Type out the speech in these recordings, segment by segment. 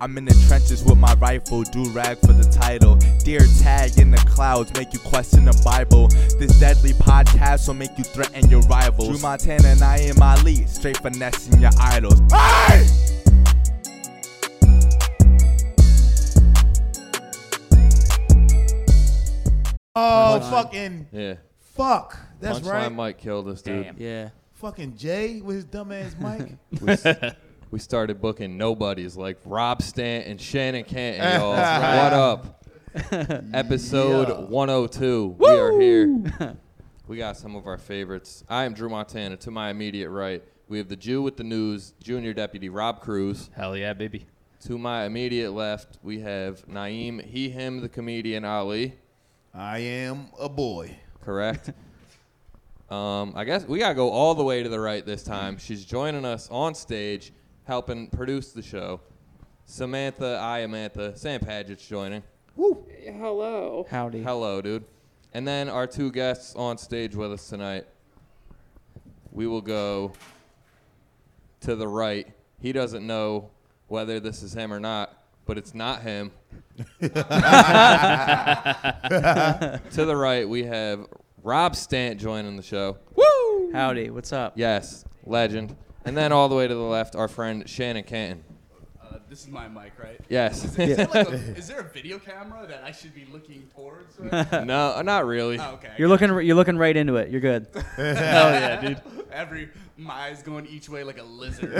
I'm in the trenches with my rifle, do rag for the title. Dear tag in the clouds, make you question the Bible. This deadly podcast will make you threaten your rivals. Drew Montana and I in my lead, straight finessing your idols. Hey! Oh, fucking Yeah. fuck. That's Punchline right. Mike killed us, dude. Damn. Yeah. Fucking Jay with his dumb ass mic. We, s- we started booking nobodies like Rob Stanton, Shannon Canton, y'all. what up? Episode Yeah. 102. We are here. We got some of our favorites. I am Drew Montana. To my immediate right, we have the Jew with the news, Junior Deputy Rob Cruz. Hell yeah, baby. To my immediate left, we have Naeem, he, him, the comedian Ali. I am a boy. Correct. um, I guess we gotta go all the way to the right this time. She's joining us on stage, helping produce the show. Samantha, I Amantha, Sam Paget's joining. Hello. Howdy. Hello, dude. And then our two guests on stage with us tonight. We will go to the right. He doesn't know whether this is him or not, but it's not him. to the right, we have Rob Stant joining the show. Howdy. What's up? Yes, legend. And then all the way to the left, our friend Shannon Canton. Uh, this is my mic, right? Yes. Is, there like a, is there a video camera that I should be looking towards? Right? now? no, not really. oh, okay. You're looking. You're looking right into it. You're good. Hell yeah, dude. Every my eyes going each way like a lizard.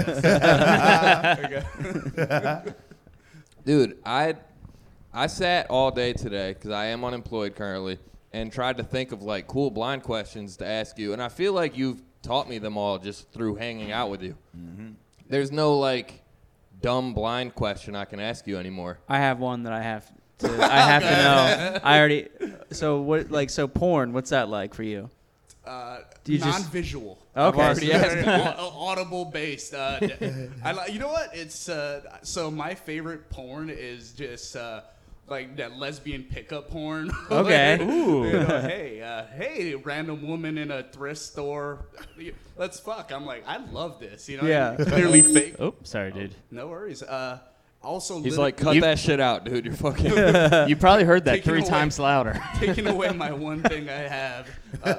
Okay. Dude, I I sat all day today because I am unemployed currently and tried to think of like cool blind questions to ask you, and I feel like you've taught me them all just through hanging out with you. There's no like dumb blind question I can ask you anymore. I have one that I have. To, I have to know. I already. So what? Like so, porn. What's that like for you? Uh, Do you just- non-visual. Okay. already asked Very au- audible based. Uh, d- I li- you know what? It's uh, so my favorite porn is just uh, like that lesbian pickup porn. Okay. Like, Ooh. you know, hey, uh, hey, random woman in a thrift store. Let's fuck. I'm like, I love this. You know, what I Yeah. mean? clearly fake. Oh, sorry, dude. No worries. Uh, also, He's lit- like, cut You- that shit out, dude. You're fucking. You probably heard that Take it three away. times louder. taking away my one thing I have, uh,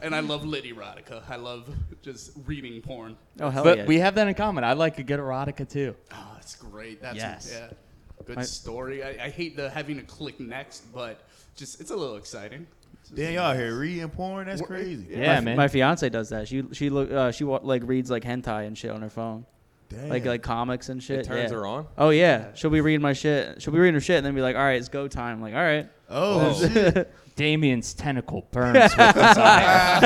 I- and I love lit erotica. I love just reading porn. Oh hell but yeah. we have that in common. I like a good erotica too. Oh, that's great. That's Yes. yeah. Good I- story. I, I hate the having to click next, but just it's a little exciting. It's just- Damn, y'all here reading porn? That's crazy. Yeah, my, man. My fiance does that. She she look. Uh, she wa- like reads like hentai and shit on her phone. Damn. Like like comics and shit. It turns yeah. her on. Oh yeah. She'll be reading my shit. She'll be reading her shit and then be like, all right, it's go time. I'm like all right. oh, Whoa. shit. Damien's tentacle burns with desire.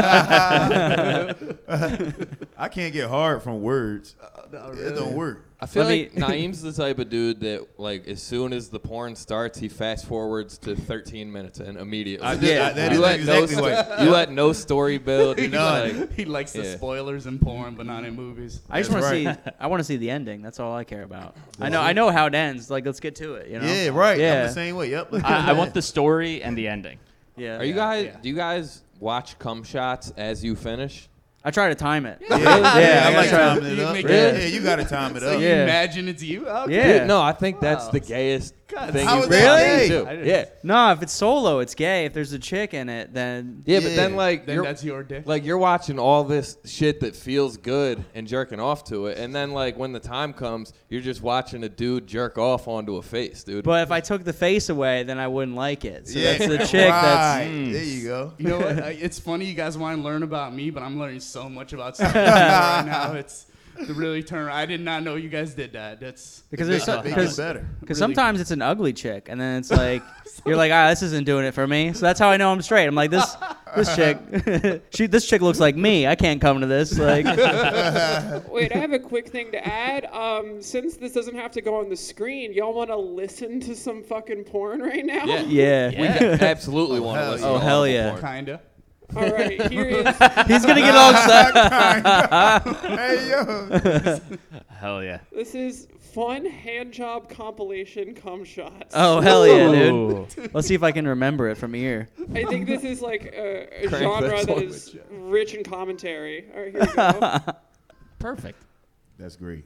I can't get hard from words. no, It don't work. I feel Let me- like Naeem's the type of dude that, like, as soon as the porn starts, he fast forwards to 13 minutes and immediately. I did- I- that is exactly no, what- You let no story build. You're None. just like, he likes the Yeah. spoilers in porn, but not in movies. I just want That's to see. I want to see the ending. That's all I care about. I know. I know how it ends. Like let's get to it. You know. Yeah, right. I'm Yeah. the same way. Yep. I, I want the story and the ending. Yeah. Are you yeah. guys? yeah. Do you guys watch cum shots as you finish? I try to time it. Yeah, Yeah, yeah, I I like gotta try. timing it You up. make Yeah, it- you gotta time it So up. you Yeah. imagine it's you? Okay. Yeah. Dude, no, I think that's the gayest God, thing. how you is that really? gay? Do. I didn't- Yeah, No, if it's solo, it's gay. If there's a chick in it, then yeah, but then Yeah. like Then you're, that's your dick. like you're watching all this shit that feels good and jerking off to it, and then like when the time comes, you're just watching a dude jerk off onto a face, dude. But if I took the face away, then I wouldn't like it. So Yeah, that's the chick. right. That's mm. there you go. You know what? I- It's funny you guys want to learn about me, but I'm learning so much about stuff right now. It's the really turn. I did not know you guys did that. That's because Make there's it- make it because better. because Really? sometimes it's an ugly chick, and then it's like you're like, ah, this isn't doing it for me. So that's how I know I'm straight. I'm like this this chick, she this chick looks like me. I can't come to this. Like Wait, I have a quick thing to add. Um, since this doesn't have to go on the screen, y'all want to listen to some fucking porn right now? Yeah. yeah. we absolutely want to hell listen. yeah. Oh, to hell horrible yeah. porn. kinda. All right, here is. He's gonna get all upset. Hey yo. Hell yeah. This is fun hand job compilation cum shots. Oh hell yeah, dude! Ooh. Let's see if I can remember it from ear. I think this is like a, a Crank genre this that one is with you. rich in commentary. All right, here we go. Perfect. That's great.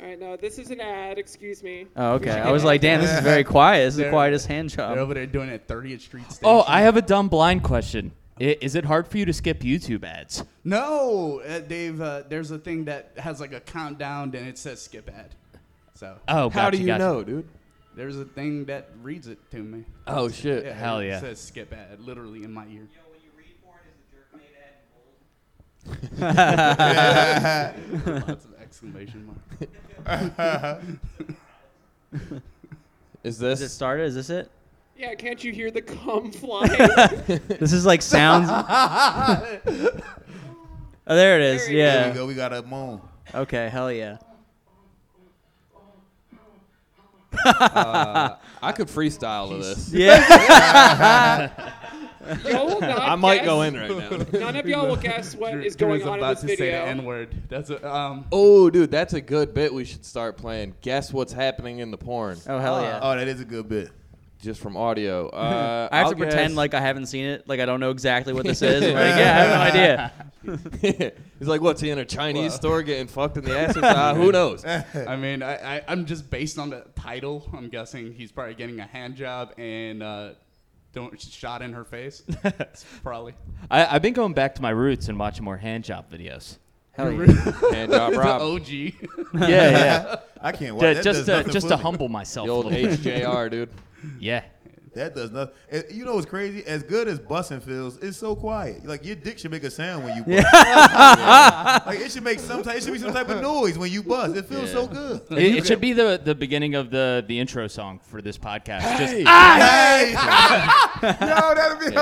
All right, no, this is an ad. Excuse me. Oh, okay. I was like, damn, this is very quiet. This is the They're- quietest hand They're job. over there doing it at 30th Street Station. Um, Oh, I have a dumb blind question. I- Is it hard for you to skip YouTube ads? No, uh, Dave. Uh, there's a thing that has like a countdown, and it says skip ad. So Oh, How gotcha, do you gotcha. know, dude? there's a thing that reads it to me. Oh shit. Uh, Hell yeah. It says skip ad, literally in my ear. Lots of exclamation mark. Is Is it this started? Is this it? Yeah, can't you hear the cum flying? This is like sounds. oh, there it is. There it is. There we Yeah. go. We got a moan. Okay. Hell yeah. I could freestyle to this. Yeah. Y'all will not I might guess- go in right now. None of y'all will guess what is Drew going on in about this to say the video. N word. That's a, um. Oh, dude, that's a good bit. We should start playing. Guess what's happening in the porn, Oh hell yeah. Oh, that is a good bit. just from audio. Uh, I have I'll to pretend guess- like I haven't seen it. Like I don't know exactly what this is. I'm like, yeah, I have no idea. He's like, what's he in a Chinese store getting fucked in the ass? Or something? Who knows? I mean, I, I I'm just based on the title. I'm guessing he's probably getting a hand job and uh, don't shot in her face. It's probably. I, I've been going back to my roots and watching more hand job videos. Hell yeah. Hand job The uh, Rob, OG. Yeah, yeah. I can't watch To- that. just does to, nothing just for to me. humble myself. the a old little bit. HJR, dude. Yeah. That does nothing. And You know what's crazy? As good as bussing feels, it's so quiet. Like your dick should make a sound when you bust. like it should make some type. It should be some type of noise when you bust. It feels so good. It, it should be the, the beginning of the, the intro song for this podcast. Just Ah! Hey! Yo, that'd be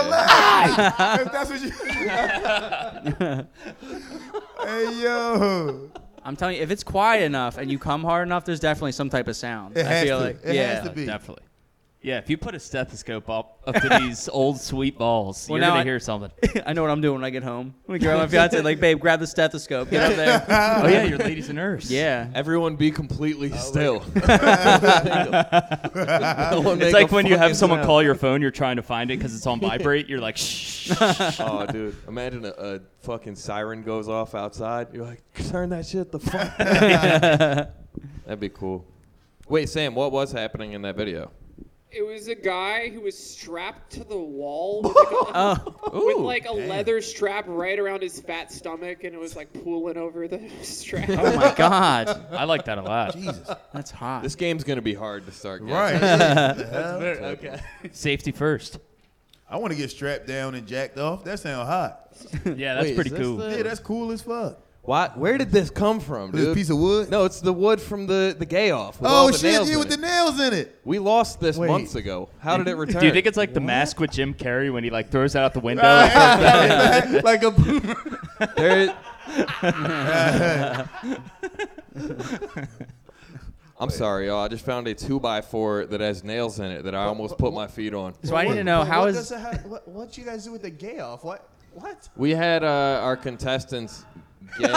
hilarious. If that's what you. hey yo, I'm telling you, if it's quiet enough and you come hard enough, there's definitely some type of sound. It I has feel to. like It yeah. has to be. definitely. Yeah, if you put a stethoscope up, up to these old sweet balls, Well, you're now gonna I- hear something. I know what I'm doing when I get home. I'm gonna grab my fiance, like, babe, grab the stethoscope, get up there. oh yeah, your lady's a nurse. Yeah. Everyone be completely still. No one It's make like a when you fucking have someone sound. call your phone, you're trying to find it because it's on vibrate. You're like, shh. Oh, dude! Imagine a, a fucking siren goes off outside. You're like, turn that shit the fuck. That'd be cool. Wait, Sam, what was happening in that video? It was a guy who was strapped to the wall with like a, with like a leather strap right around his fat stomach, and it was like pooling over the strap. Oh my god, I like that a lot. Jesus. that's hot. This game's gonna be hard to start. guessing. Right. That's Very- okay. Safety first. I want to get strapped down and jacked off. That sound hot. Yeah, that's Wait, pretty is this cool. the- Yeah, that's cool as fuck. Why? Where did this come from, This dude? piece of wood. No, it's the wood from the the gay off. With all Oh the shit! nails Yeah, in with the it. nails in it. we lost this Wait. months ago. How did it return? Do you think it's like the mask with Jim Carrey when he like throws it out the window? like a boomer. There- I'm sorry, y'all. I just found a two by four that has nails in it that I almost put my feet on. So I need to know how what is does it have- what, what you guys do with the gay off? What? What? We had uh, our contestants gay.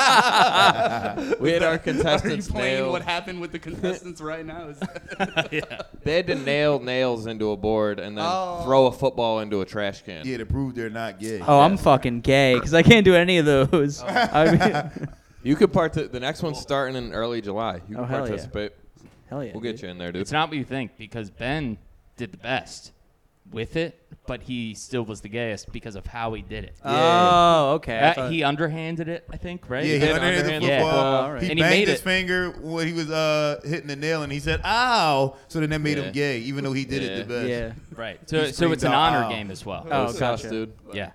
we had our Are you contestants playing nail. what happened with the contestants right now? Is They had to nail nails into a board and then Oh. throw a football into a trash can. Yeah, to prove they're not gay. Oh, I'm fucking gay because I can't do any of those. I mean, You could part. The next one's starting in early July. You Oh, can hell yeah. participate. hell yeah. We'll get dude. you in there, dude. It's not what you think because Ben did the best with it, but he still was the gayest because of how he did it. Oh, okay. I Uh, thought- he underhanded it, I think, right? Yeah, he did underhit the underhand football. the football, all right. He And he banged made his it. finger when he was uh, hitting the nail, and he said "ow," so then that made Yeah. him gay, even though he did it Yeah. the best. yeah. Right. So, He so it's an screamed, honor "Ow." game as well. Oh, Those gotcha. sucks, dude. Yeah.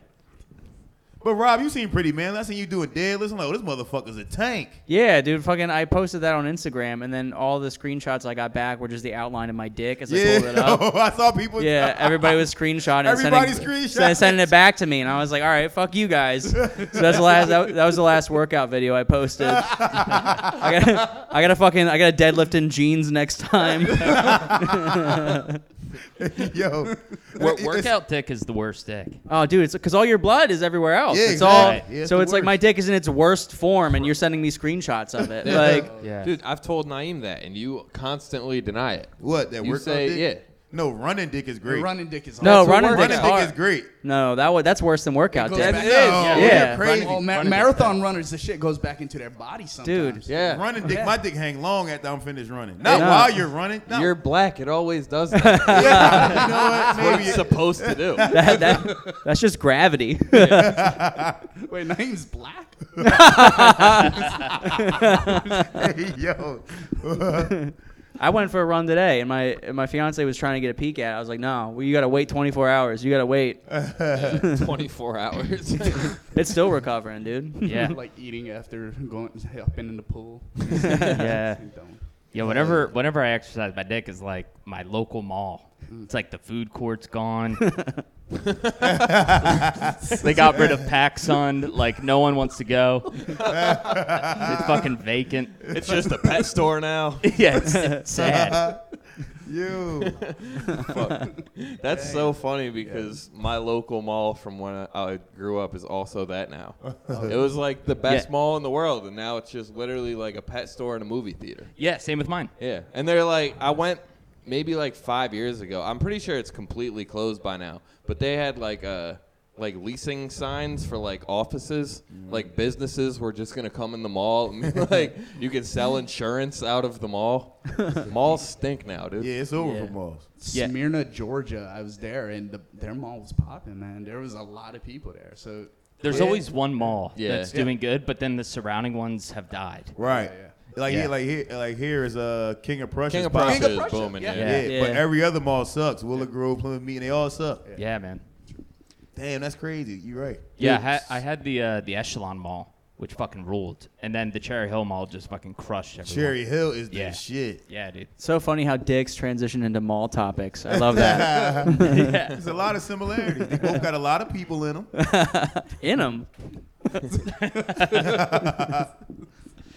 But Rob, you seem pretty man. I seen you doing deadlifts. I'm like, oh, this motherfucker's a tank. Yeah, dude, fucking I posted that on Instagram and then all the screenshots I got back were just the outline of my dick as I pulled it up. I saw people. Yeah, everybody was screenshotting it, Everybody sending, screenshot sen- it. sending it back to me, and I was like, "All right, fuck you guys." So that's the last. That, that was the last workout video I posted. I gotta, I gotta fucking, I gotta deadlift in jeans next time. yo, Wor- It's- workout dick is the worst dick. oh, dude, it's because all your blood is everywhere else. Yeah, it's all. exactly. Yeah, it's so the it's like my dick is in its worst form, and you're sending me screenshots of it. Like, Yeah. Dude, I've told Naeem that, and you constantly deny it. What that you workout? say, dick? yeah. No, running dick is great. Running dick is No, awesome. running dick Running is dick hard. is great. No, that would that's worse than workout Goes dick. back- It is, No, yeah. you're crazy. Oh, ma- Running dick. marathon runners, the shit goes back into their body sometimes. Yeah. Running dick, Yeah. my dick hang long after I'm finished running. Not Yeah. while you're running. No. You're black. It always does that. yeah, you know what? That's what Maybe it's supposed to do. That, that, that's just gravity. Wait, name's black? Hey, yo. I went for a run today, and my and my fiance was trying to get a peek at. it. I was like, "No, well, you got to wait 24 hours. You got to wait. 24 hours. It's still recovering, dude." Yeah. like eating after going up in the pool. yeah. Don't. Yeah, whenever whenever I exercise, my dick is like my local mall. It's like the food court's gone. they got rid of PacSun. Like no one wants to go. it's fucking vacant. it's just a pet store now. yeah, it's, it's sad. You. That's so funny because my local mall from when I, I grew up is also that now. it was like the best Yeah. mall in the world, and now it's just literally like a pet store and a movie theater. Yeah, same with mine. Yeah, and they're like, I went maybe like five years ago. I'm pretty sure it's completely closed by now, but they had like uh like leasing signs for like offices, like businesses were just gonna come in the mall. And, like you can sell insurance out of the mall. Malls stink now, dude. Yeah, it's over for Moss. Yeah. Smyrna, Georgia. I was there, and the, their mall was popping, man. There was a lot of people there. So There's Yeah. always one mall Yeah. that's doing good, but then the surrounding ones have died. Right. Yeah, Like Yeah. here, like here, like here is uh, King of Prussia. King of spot. Prussia is booming. Yeah. Yeah. Yeah, Yeah. but Yeah. every other mall sucks. Willow Grove, Plymouth Meeting, they all suck. Yeah, man. Damn, that's crazy. You're right. Yeah, I had, I had the uh, the Echelon Mall, which fucking ruled, and then the Cherry Hill Mall just fucking crushed everyone. Cherry Hill is the Yeah. shit. Yeah, dude. So funny how dicks transition into mall topics. I love that. There's a lot of similarities. They both got a lot of people in them. In them.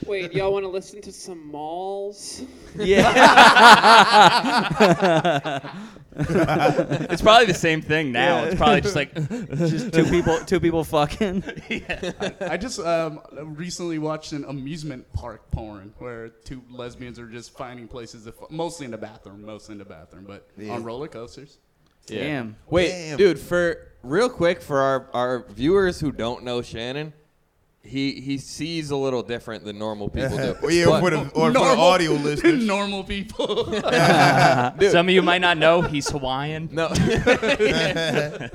Wait, y'all want to listen to some malls? Yeah. It's probably the same thing now. It's probably just like just two people. Two people fucking. I just um, recently watched an amusement park porn where two lesbians are just finding places, to f- mostly in the bathroom, mostly in the bathroom, but on roller coasters. Yeah. Damn. Wait, Damn. dude, for real quick for our, our viewers who don't know Shannon, he he sees a little different than normal people do. Or yeah, But- for the, or for the audio listeners. normal people. some of you might not know he's Hawaiian. no. if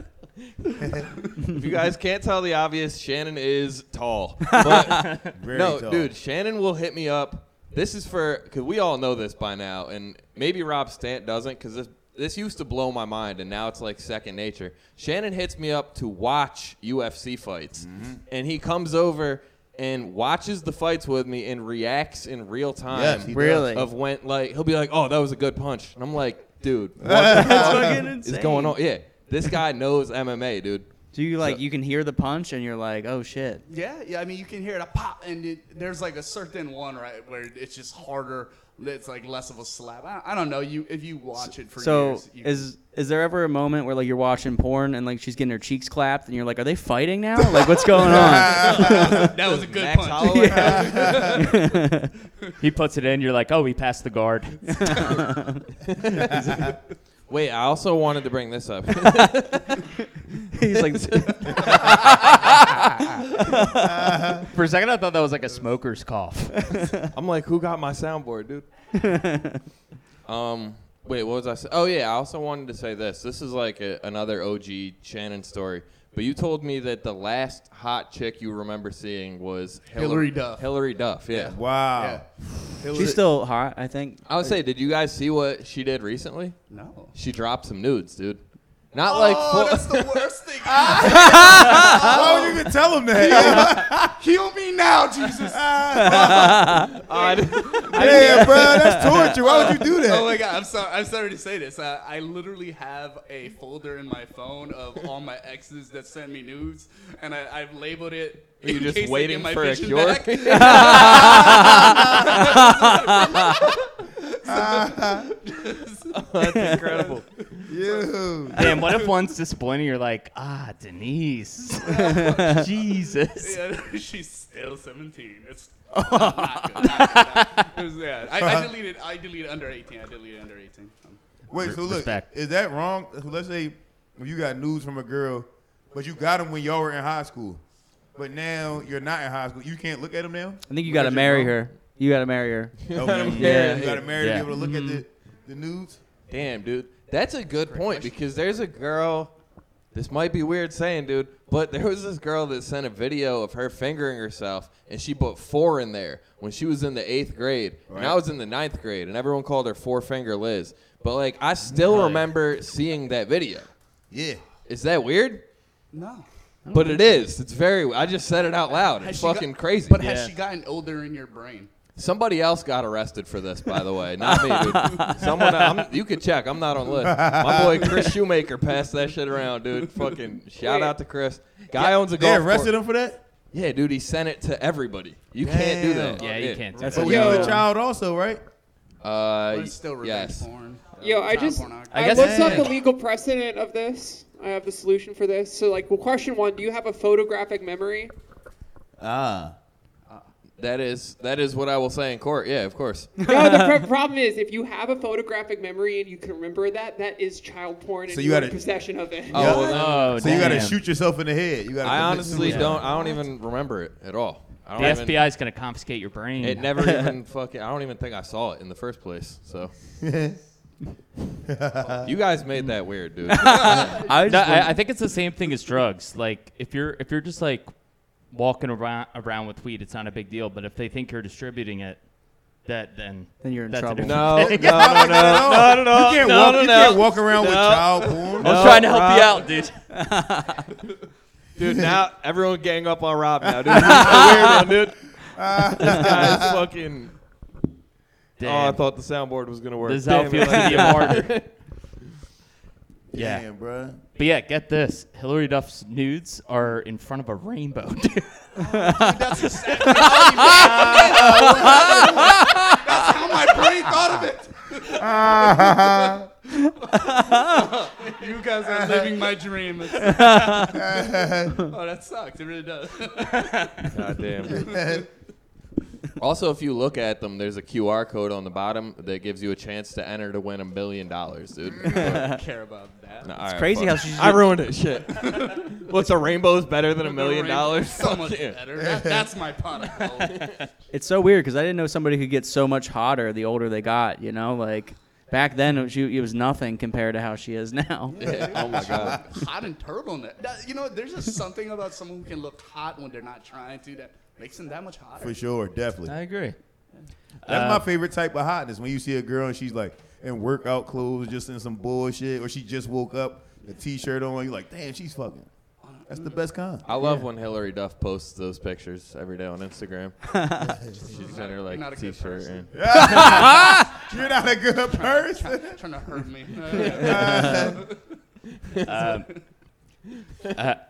you guys can't tell the obvious, Shannon is tall. But Very no, tall. dude, Shannon will hit me up. This is for because we all know this by now, and maybe Rob Stant doesn't because this this used to blow my mind, and now it's like second nature. Shannon hits me up to watch UFC fights, and he comes over and watches the fights with me and reacts in real time. Yes, he does. Really? Of when like he'll be like, "Oh, that was a good punch," and I'm like, "Dude, what That's fucking is going on?" Yeah, this guy knows MMA, dude. Do you like? You can hear the punch, and you're like, "Oh shit." yeah, yeah. I mean, you can hear it a pop, and it, there's like a certain one right where it's just harder. It's like less of a slap. I, I don't know. You if you watch it for So years, you, is is there ever a moment where like you're watching porn and like she's getting her cheeks clapped, and you're like, "Are they fighting now? Like what's going on?" that was a good Max punch. Holloway. He puts it in. You're like, oh, he passed the guard. Wait, I also wanted to bring this up. He's like, For a second, I thought that was like a smoker's cough. I'm like, who got my soundboard, dude? um, wait, what was I? Say? Oh yeah, I also wanted to say this. This is like a, another OG Shannon story. But you told me that the last hot chick you remember seeing was Hillary Duff. Hillary Duff, yeah. Wow. Yeah. she's still hot, I think. I would say, did you guys see what she did recently? No. She dropped some nudes, dude. Not like full- Oh, that's the worst thing. How would you even tell him that? Heal me now, Jesus. yeah, bro, that's torture. Why would you do that? Oh my god, I'm sorry. I'm sorry to say this. Uh, I literally have a folder in my phone of all my exes that sent me nudes, and I, I've labeled it. Are you in just case they waiting get my for a vision cure? back. that's incredible. You. Damn, what if one's disappointing? You're like, ah, Denise. Jesus. Yeah, she's still 17. It's Uh-huh. not good. Not good. It was- yeah, I, I deleted. I deleted under 18. I deleted under 18. Um, Wait, so look, respect. is that wrong? So Let's say you got news from a girl, but you got them when y'all were in high school, but now you're not in high school. You can't look at them now. I think you Look got to at your marry mom? her. You got to marry her. Okay. Yeah. you got to marry Yeah. to be able to look at the the nudes. Damn, dude. That's a good point because there's a girl. This might be weird saying, dude, but there was this girl that sent a video of her fingering herself, and she put four in there when she was in the eighth grade, and I Right. was in the ninth grade, and everyone called her Four Finger Liz. But like, I still remember seeing that video. Yeah. Is that weird? No. But it is. It's very. I just said it out loud. Has It's she got- fucking crazy. But has she gotten older in your brain? Somebody else got arrested for this, by the way, not me. Dude. Someone, I'm, you can check. I'm not on list. My boy Chris Shoemaker passed that shit around, dude. Fucking shout out to Chris. Guy owns a They golf. arrested course. him for that. Yeah, dude, he sent it to everybody. You can't do that. Yeah, you can't. do That's that. But what we Yo. was a child also, right? Uh, But it's still revenge yes. porn. Yo, I Child just pornography. I, guess- looked up Yeah. the legal precedent of this. I have the solution for this. So, like, well, question one: Do you have a photographic memory? Ah. That is that is what I will say in court. Yeah, of course. Oh, No, the pro- problem is if you have a photographic memory and you can remember that, that is child porn, and So you you are in gotta- possession of it. Oh, well, no. Oh, So you got to damn. shoot yourself in the head. You got. I honestly don't. I don't even remember it at all. I The don't even, FBI is gonna confiscate your brain. It never even fucking. I don't even think I saw it in the first place. So. you guys made that weird, dude. I, No, just want- I, I think it's the same thing as drugs. Like if you're if you're just like walking around around with weed, it's not a big deal. But if they think you're distributing it, that then Then you're in that's a trouble. No, different- no, no, no, no, no, You can't no, walk. no, you no. can't walk around with No. child porn. I was trying to help Rob. you out, dude. dude. Now everyone gang up on Rob now, dude. He's a weird one, dude. this guy's fucking. Oh, I Damn. thought the soundboard was gonna work. this is how Damn it feels to be a martyr. Yeah. Damn, bro. But yeah, get this: Hillary Duff's nudes are in front of a rainbow. Dude. How my brain thought of it. you guys are living my dream. oh, that sucks. It really does. God damn. dude. also, if you look at them, there's a QR code on the bottom that gives you a chance to enter to win a million dollars, dude. I don't care about that. Nah, all right, crazy fuck. how she's- I ruined it. Shit. What's a rainbow's better than a million Rainbow dollars? is So much Fuck yeah. better. That, that's my pot of gold. it's so weird because I didn't know somebody could get so much hotter the older they got. You know, like back then it was, she, it was nothing compared to how she is now. Yeah, Oh my god. hot and turtleneck. That, you know, there's just something about someone who can look hot when they're not trying to that makes them that much hotter. For sure, definitely. agree. That's Uh, my favorite type of hotness. When you see a girl and she's like in workout clothes, just in some bullshit, or she just woke up, a t-shirt on. You're like, damn, she's fucking. That's the best kind. I love when Hillary Duff posts those pictures every day on Instagram. She's in her not a like good t-shirt. person. and- You're not a good person. trying to hurt me.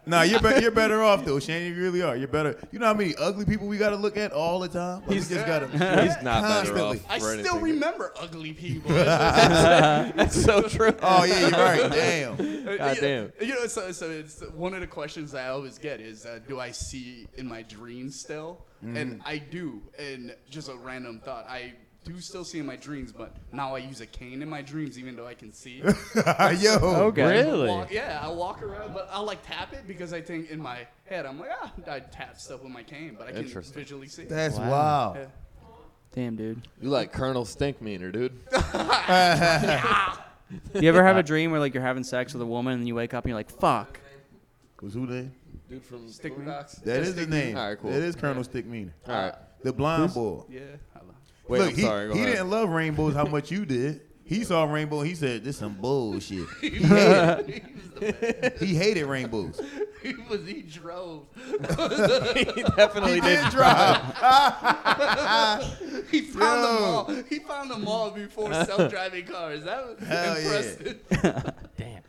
nah, you're be- you're better off though, Shane. You really are. You're better. You know how many ugly people we gotta look at all the time. Like, we just gotta. He's not better Constantly. off. I for still anything. remember ugly people. It's just- That's so true. Oh yeah, you're right. Damn. Uh, you- Goddamn. You know, so, so it's one of the questions I always get is, uh, do I see in my dreams still? Mm-hmm. And I do. And just a random thought, I do still see in my dreams, but now I use a cane in my dreams, even though I can see. Yo. Really? Walk- yeah, I walk around, but I'll like tap it because I think in my head I'm like, ah, I tap stuff with my cane, but I can Interesting. visually see. it. That's wild. Damn, dude. You like Colonel Stinkmeaner, dude. Do you ever have a dream where like you're having sex with a woman and you wake up and you're like, fuck. Was who name? Dude from Stickman. Boondocks. That is the name. All right, cool. That is Colonel Stickmeaner. All right. The blind boy. Yeah, I love. Wait, Look, I'm he, sorry. go he ahead. didn't love rainbows how much you did. He saw rainbow. He said, "This some bullshit." He hated, it. he hated rainbows. He was he drove. he definitely did. Did drive. He found Yo. the mall. He found the mall before self-driving cars. That was Hell yeah. impressive. Damn.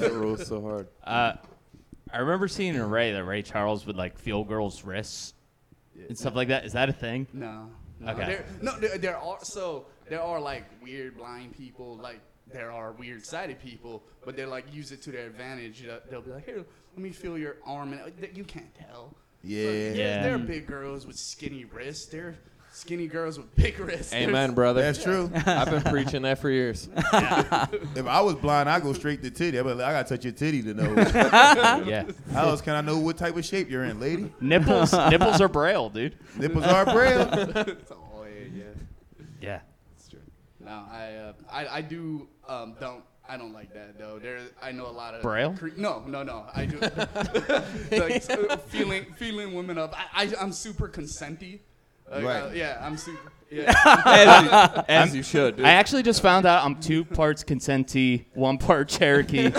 That rules so hard. I remember seeing an array that Ray Charles would like feel girls' wrists and stuff like that. Is that a thing? No. no. Okay. There, no, there, there are so there are like weird blind people, like there are weird sighted people, but they like use it to their advantage. They'll- They'll be like, here, let me feel your arm, and you can't tell. Yeah. They're, Yeah. they're big girls with skinny wrists. They're skinny girls with big wrists. Amen, brother. That's true. I've been preaching that for years. If I was blind, I go straight to titty. I be like, I gotta touch your titty to know. yeah. How else can I know what type of shape you're in, lady? Nipples, nipples are braille, dude. Nipples are braille. There's- oh yeah, yeah. Yeah. That's true. No, I uh, I, I do um, don't I don't like that though. There I know a lot of Braille? cre- no, no, no. I do like, so, feeling feeling women up. I, I I'm super consenty. Like, Right. uh, yeah, I'm super. Yeah. As you, as you should. Dude. I actually just found out I'm two parts Consentee, one part Cherokee.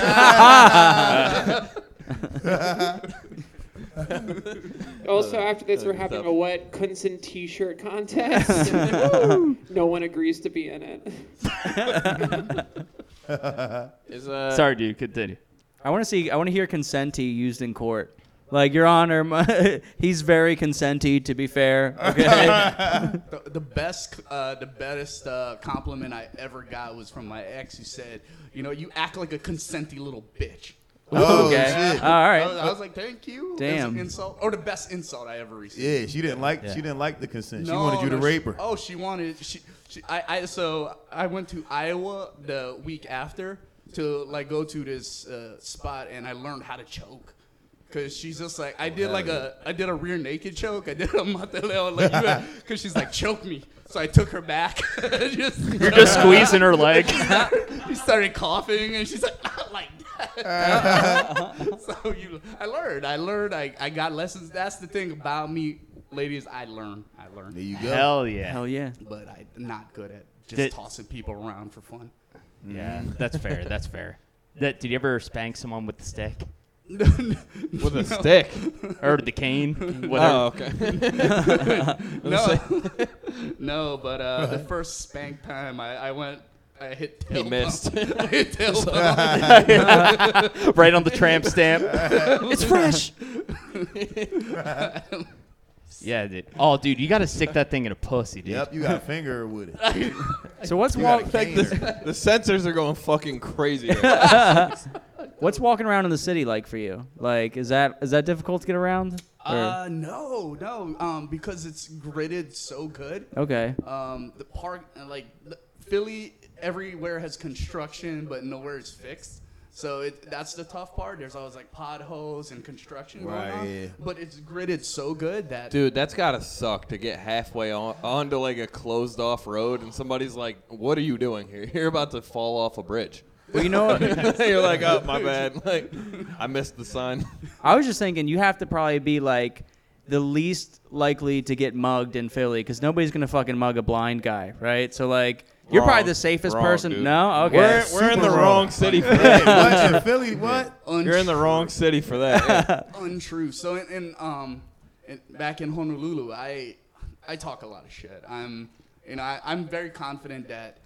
Also, after this, we're having a what Kunsen T-shirt contest. no one agrees to be in it. Is, uh, Sorry, dude. Continue. I want to see. I want to hear consenti used in court. Like Your Honor, my, he's very consenti. To be fair, okay. The, the best, uh, the best uh, compliment I ever got was from my ex, who said, "You know, you act like a consenty little bitch." Oh Okay. shit. All right. I, was, I was like, "Thank you." That's Damn. an insult, or the best insult I ever received. Yeah, she didn't like. She didn't like the consent. she wanted you to no, rape her. oh, she wanted she, she I, I so I went to Iowa the week after to like go to this uh, spot and I learned how to choke. Cause she's just like I did like a I did a rear naked choke I did a mataleo like you had- cause she's like choke me so I took her back just You're just squeezing her leg. she started coughing and she's like not like that so you I learned I learned I, I got lessons that's the thing about me ladies I learn I learn There you go. Hell yeah. Hell yeah. but I'm not good at just Did- tossing people around for fun. Yeah. That's fair. That's fair. That, did you ever spank someone with the stick with a stick. or the cane? Whatever. Oh, okay. no, no, but uh, the first spank time I, I went, I hit tail He missed. I hit tail bump. right on the tramp stamp. it's fresh. yeah, dude. Oh, dude, you gotta stick that thing in a pussy, dude. Yep, you got a finger with it. So what's You got walk, a caner. the sensors are going fucking crazy. what's walking around in the city like for you? Like, is that is that difficult to get around? Or- Uh, no, no, um, because it's gridded so good. okay. Um, the park, uh, like the, Philly, everywhere has construction, but nowhere is fixed. So it, that's the tough part. There's always like potholes and construction Right, going on, yeah. but it's gridded so good that Dude, that's gotta suck to get halfway on onto like a closed off road and somebody's like, "What are you doing here? You're about to fall off a bridge." Well, you know what? You're like, "Oh, my bad. Like, I missed the sign." I was just thinking you have to probably be like the least likely to get mugged in Philly because nobody's gonna fucking mug a blind guy, right? So like you're Wrong. probably the safest Wrong, person. dude. No, okay. We're, we're in the super wrong, wrong. city. For hey, that. what? In Philly, what? un- You're in the wrong city for that. Yeah. untrue. So in, in um, in, back in Honolulu, I I talk a lot of shit. I'm you know I, I'm very confident that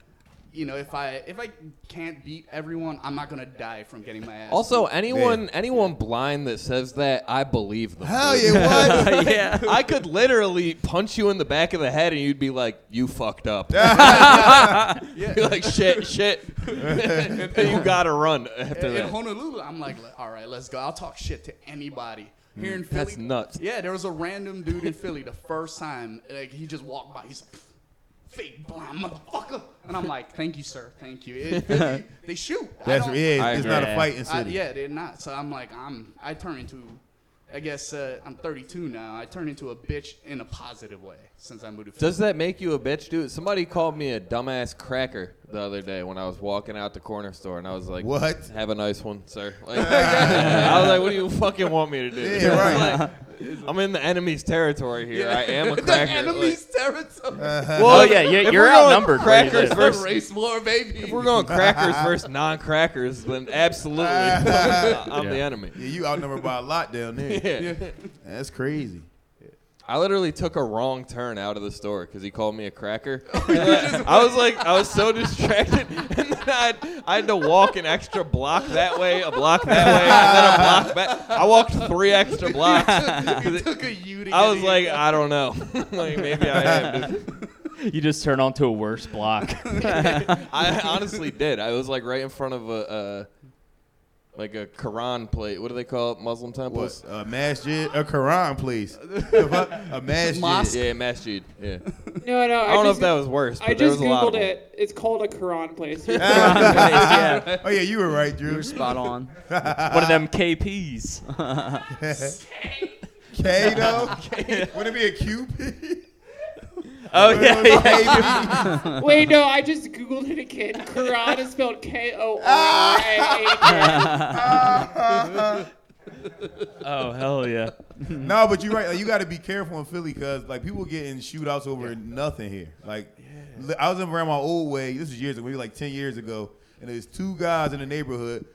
you know if I if I can't beat everyone, I'm not gonna die from getting my ass. Also, beat. anyone anyone blind that says that, I believe them. Hell yeah, what? yeah. I could literally punch you in the back of the head and you'd be like, "You fucked up." You're like, "Shit, shit." And you gotta run after in, in that. Honolulu, I'm like, "Le- all right, let's go. I'll talk shit to anybody. Here in Philly, Mm. That's nuts. Yeah, there was a random dude in Philly the first time. Like he just walked by. He's like, fake blind motherfucker, and I'm like, thank you, sir, thank you. It- Philly, they shoot. I That's don't- yeah. I It's agree. not a Yeah. fighting I, city. yeah, they're not. So I'm like, I'm. I turn into, I guess uh, I'm 32 now. I turn into a bitch in a positive way since I moved to. Does that make you a bitch, dude? Somebody called me a dumbass cracker the other day when I was walking out the corner store, and I was like, What? Have a nice one, sir." Like, I was like, "What do you fucking want me to do?" Yeah, right. Like, I'm in the enemy's territory here. I am a the cracker. enemy's territory. Like, Oh well, yeah, yeah if you're we're going outnumbered. Crackers Brady. Uh, versus First race war, baby. If we're going crackers versus non-crackers, then absolutely, I'm the Yeah. enemy. Yeah, you outnumbered by a lot down there. Yeah. That's crazy. I literally took a wrong turn out of the store because he called me a cracker. Oh, I was like, I was so distracted, and then I had, I had to walk an extra block that way, a block that way, and then a block back. I walked three extra blocks. you took a U to I get was in. like, I don't know, like maybe I am. dude. You just turn onto a worse block. I honestly did. I was like right in front of a. a like a Quran plate. What do they call it? Muslim temples? What? A masjid? A Quran, please. a masjid. Mosque? Yeah, masjid. Yeah. No, no. I, I don't know just, if that was worse, but I there was a just lot of googled them. it. It's called a Quran place. yeah, Oh yeah, you were right, Drew. you're spot on. One of them KPs. Kato. Would it be a cupid? Oh yeah, yeah. Wait, no, I just googled it again. Quran is spelled K O R Ah! A. Oh hell yeah. no, but you're right. Like, you got to be careful in Philly because like people getting shootouts over nothing here. Like li- I was in around my old way. This was years ago, maybe like ten years ago, and there's two guys in the neighborhood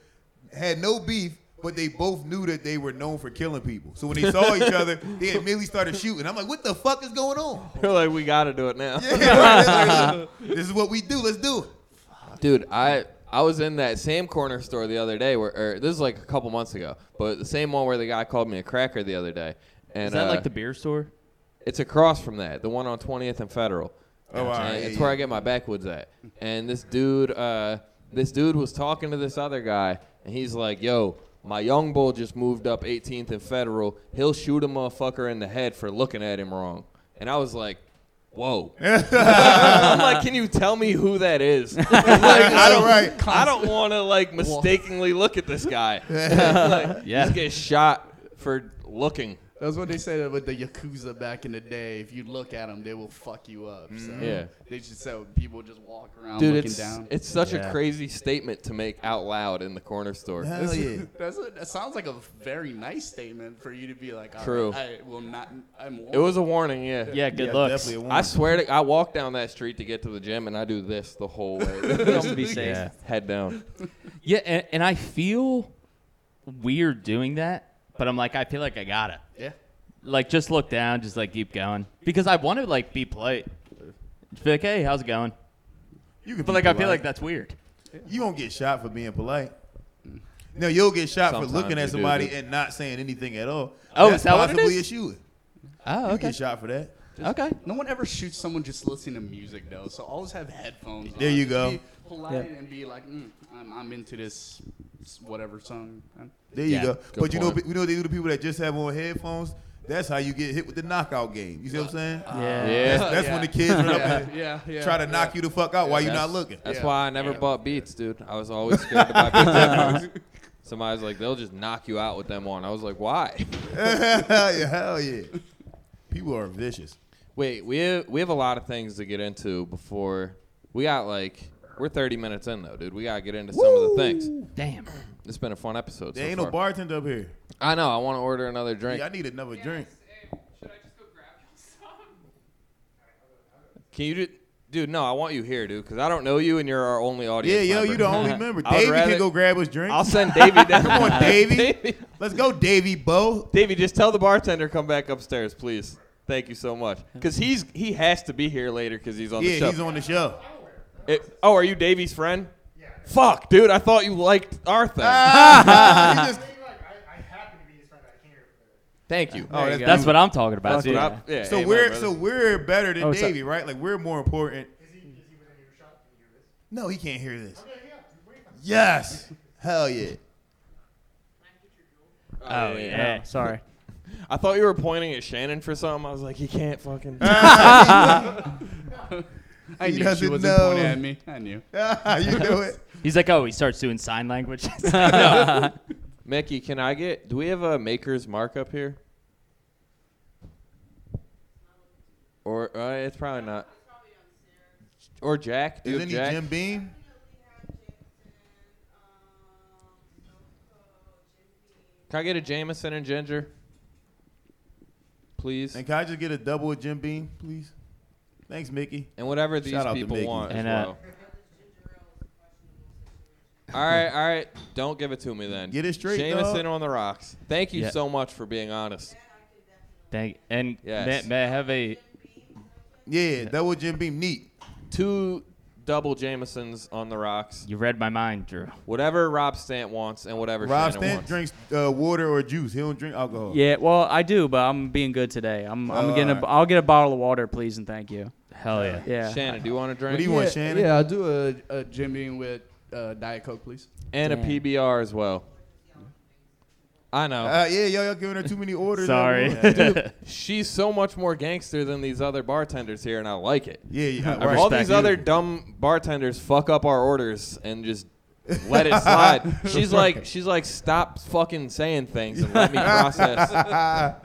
had no beef. But they both knew that they were known for killing people. So when they saw each other, they immediately started shooting. I'm like, what the fuck is going on? They're like, we got to do it now. Yeah, like, this is what we do. Let's do it. Dude, I I was in that same corner store the other day where or this is like a couple months ago, but the same one where the guy called me a cracker the other day. And Is that uh, like the beer store? it's across from that, the one on 20th and Federal. Oh, wow. And Yeah, it's yeah. where I get my backwoods at. And this dude, uh, this dude was talking to this other guy, and he's like, "Yo, my young bull just moved up 18th and Federal. He'll shoot a motherfucker in the head for looking at him wrong." And I was like, "Whoa!" I'm like, "Can you tell me who that is?" Like, I All right. I don't want to like mistakenly look at this guy. like, Yeah. Just get shot for looking. That's what they said with the yakuza back in the day. If you look at them, they will fuck you up. So Mm-hmm. Yeah. they just so people just walk around Dude, looking it's down. it's such Yeah. a crazy statement to make out loud in the corner store. Hell yeah. That's a, that sounds like a very nice statement for you to be like. "All True. right, I will not. I'm. It was a warning, yeah. Yeah, good Yeah, looks. definitely a woman. I swear to I walk down that street to get to the gym and I do this the whole way. Just to be safe. Yeah. Head down. Yeah, and, and I feel weird doing that, but I'm like, I feel like I gotta. Yeah. Like, just look down, just like keep going. Because I want to, like, be polite. Just be like, hey, how's it going? You can But, be like, I feel polite. like that's weird. You won't get shot for being polite. No, you'll get shot Sometimes for looking you at do, somebody dude. and not saying anything at all. Oh, That's is that what it possibly is? a shooting. Oh, You okay. get shot for that. Okay. No one ever shoots someone just listening to music though. So always have headphones. There on. you Just go. Be polite Yeah. and be like, mm, I'm, I'm into this whatever song. There you Yeah, go. good But you know, point. you know what they do to people that just have on headphones. That's how you get hit with the knockout game. You see what I'm saying? Yeah. Yeah. That's Yeah. when the kids run up and yeah, yeah. try to knock you the fuck out while you're That's- not looking. That's Yeah. why I never bought beats, dude. I was always scared to buy beats. Somebody was like, they'll just knock you out with them on. I was like, why? yeah, hell yeah. People are vicious. Wait, we have, we have a lot of things to get into before we got like we're 30 minutes in though, dude. We gotta get into some of the things. Damn. It's been a fun episode. There so ain't far. no bartender up here. I know. I want to order another drink. Yeah, I need another drink. Should I just go grab some? Can you, do, dude? No, I want you here, dude, because I don't know you and you're our only audience. Yeah, yo, member. you the only member. I would Davey rather- can go grab his drink. I'll send Davey down. Come on, Davey. Davey. Let's go, Davey Bo. Davey, just tell the bartender come back upstairs, please. Thank you so much. Because he's he has to be here later because he's on the Yeah, show. he's on the show. It- oh, are you Davey's friend? Yeah. Fuck, dude. I thought you liked our thing. Ah, he just- Thank you. oh, that's That's what I'm talking That's about, dude. what I- yeah, So amen, we're brother. so we're better than Oh, so- Davey, right? Like we're more important. No, he can't hear this. Yes. Hell yeah. Oh, yeah. Sorry. I thought you were pointing at Shannon for something. I was like, he can't fucking. I He knew she doesn't wasn't know. pointing at me. I knew. you do it. He's like, oh, he starts doing sign language. Mickey, can I get? Do we have a maker's mark up here? Or uh, it's probably not. Or Jack? Do you Is have any Jack? Jim Beam? Can I get a Jameson and ginger, please? And can I just get a double with Jim Beam, please? Thanks, Mickey. And whatever these Shout out to people Mickey. want And, as uh, well. all right, all right. Don't give it to me then. Get it straight, Jameson dog. on the rocks. Thank you Yeah. so much for being honest. Thank And Yes. may, may I have a. Yeah, double Jim Beam, neat. Two double Jamesons on the rocks. You read my mind, Drew. Whatever Rob Stant wants and whatever Rob Shannon Stant wants. drinks uh, water or juice. He don't drink alcohol. Yeah, well, I do, but I'm being good today. I'm, I'm Oh, getting alright. a, I'll get a bottle of water, please, and thank you. Hell yeah. Yeah. Shannon, do you want to drink? What do you want, Shannon? Yeah, I'll do a, a Jim Beam with uh, Diet Coke, please. and a Damn. PBR as well. I know. Uh, yeah, y'all, y'all giving her too many orders. Sorry. everyone. She's so much more gangster than these other bartenders here, and I like it. yeah, yeah. I right. All respect these other dumb bartenders fuck up our orders and just let it slide. she's like, she's like, stop fucking saying things and let me process.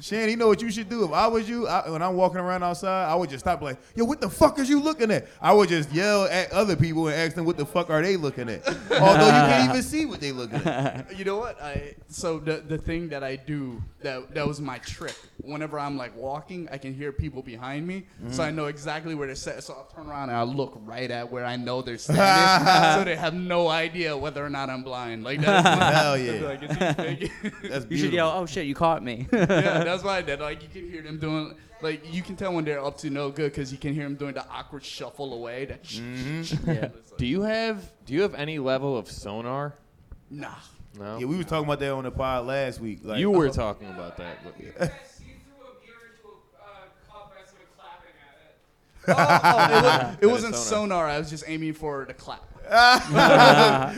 Shan, you know what you should do? If I was you, I, when I'm walking around outside, I would just stop like, yo, what the fuck is you looking at? I would just yell at other people and ask them what the fuck are they looking at. Although you can't even see what they looking at. You know what? I so the the thing that I do that that was my trick. Whenever I'm like walking, I can hear people behind me, so Mm. I know exactly where they're set. So I'll turn around and I'll look right at where I know they're standing, so they have no idea whether or not I'm blind. Like that's Hell yeah. like, it's big. That's beautiful. You should yell, "Oh shit, you caught me!" yeah, that's why I did. Like you can hear them doing, like you can tell when they're up to no good because you can hear them doing the awkward shuffle away. That Mm-hmm. yeah. do you have Do you have any level of sonar? nah. No. Yeah, we was talking about that on the pod last week. Like, uh-huh. you were talking about that. But Oh, it, was, That not is sonar. I was just aiming for the clap.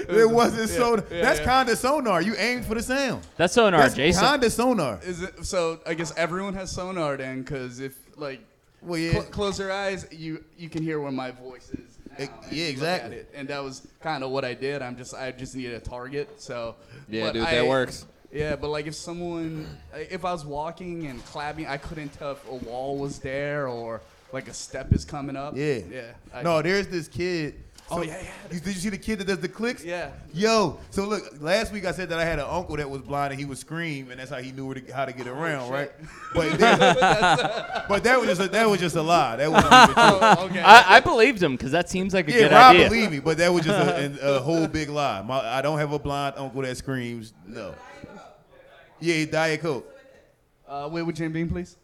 it wasn't sonar. That's kind of sonar. You aim for the sound. That's sonar, That's Jason. kind of sonar. Is it so? I guess everyone has sonar then, because if like Well, cl- yeah. close their eyes, you you can hear where my voice is. now, Eh, and yeah, you look exactly. at it. And that was kind of what I did. I'm just I just needed a target. So yeah, but dude, I- that works. Yeah, but like if someone, I- if I was walking and clapping, I couldn't tell if a wall was there or like a step is coming up. Yeah. yeah. I- no, there's this kid. Oh, yeah, yeah. You, did you see the kid that does the clicks? Yeah. Yo, so look, last week I said that I had an uncle that was blind and he would scream, and that's how he knew where to, how to get Oh, around, right? But then, but that was just a, that was just a lie. That was Oh, okay. I, I believed him because that seems like a yeah, good Rob, idea. believe me, but that was just a, a, a whole big lie. My, I don't have a blind uncle that screams. No. Yeah, Diet Coke. uh, wait with Jim Beam, please.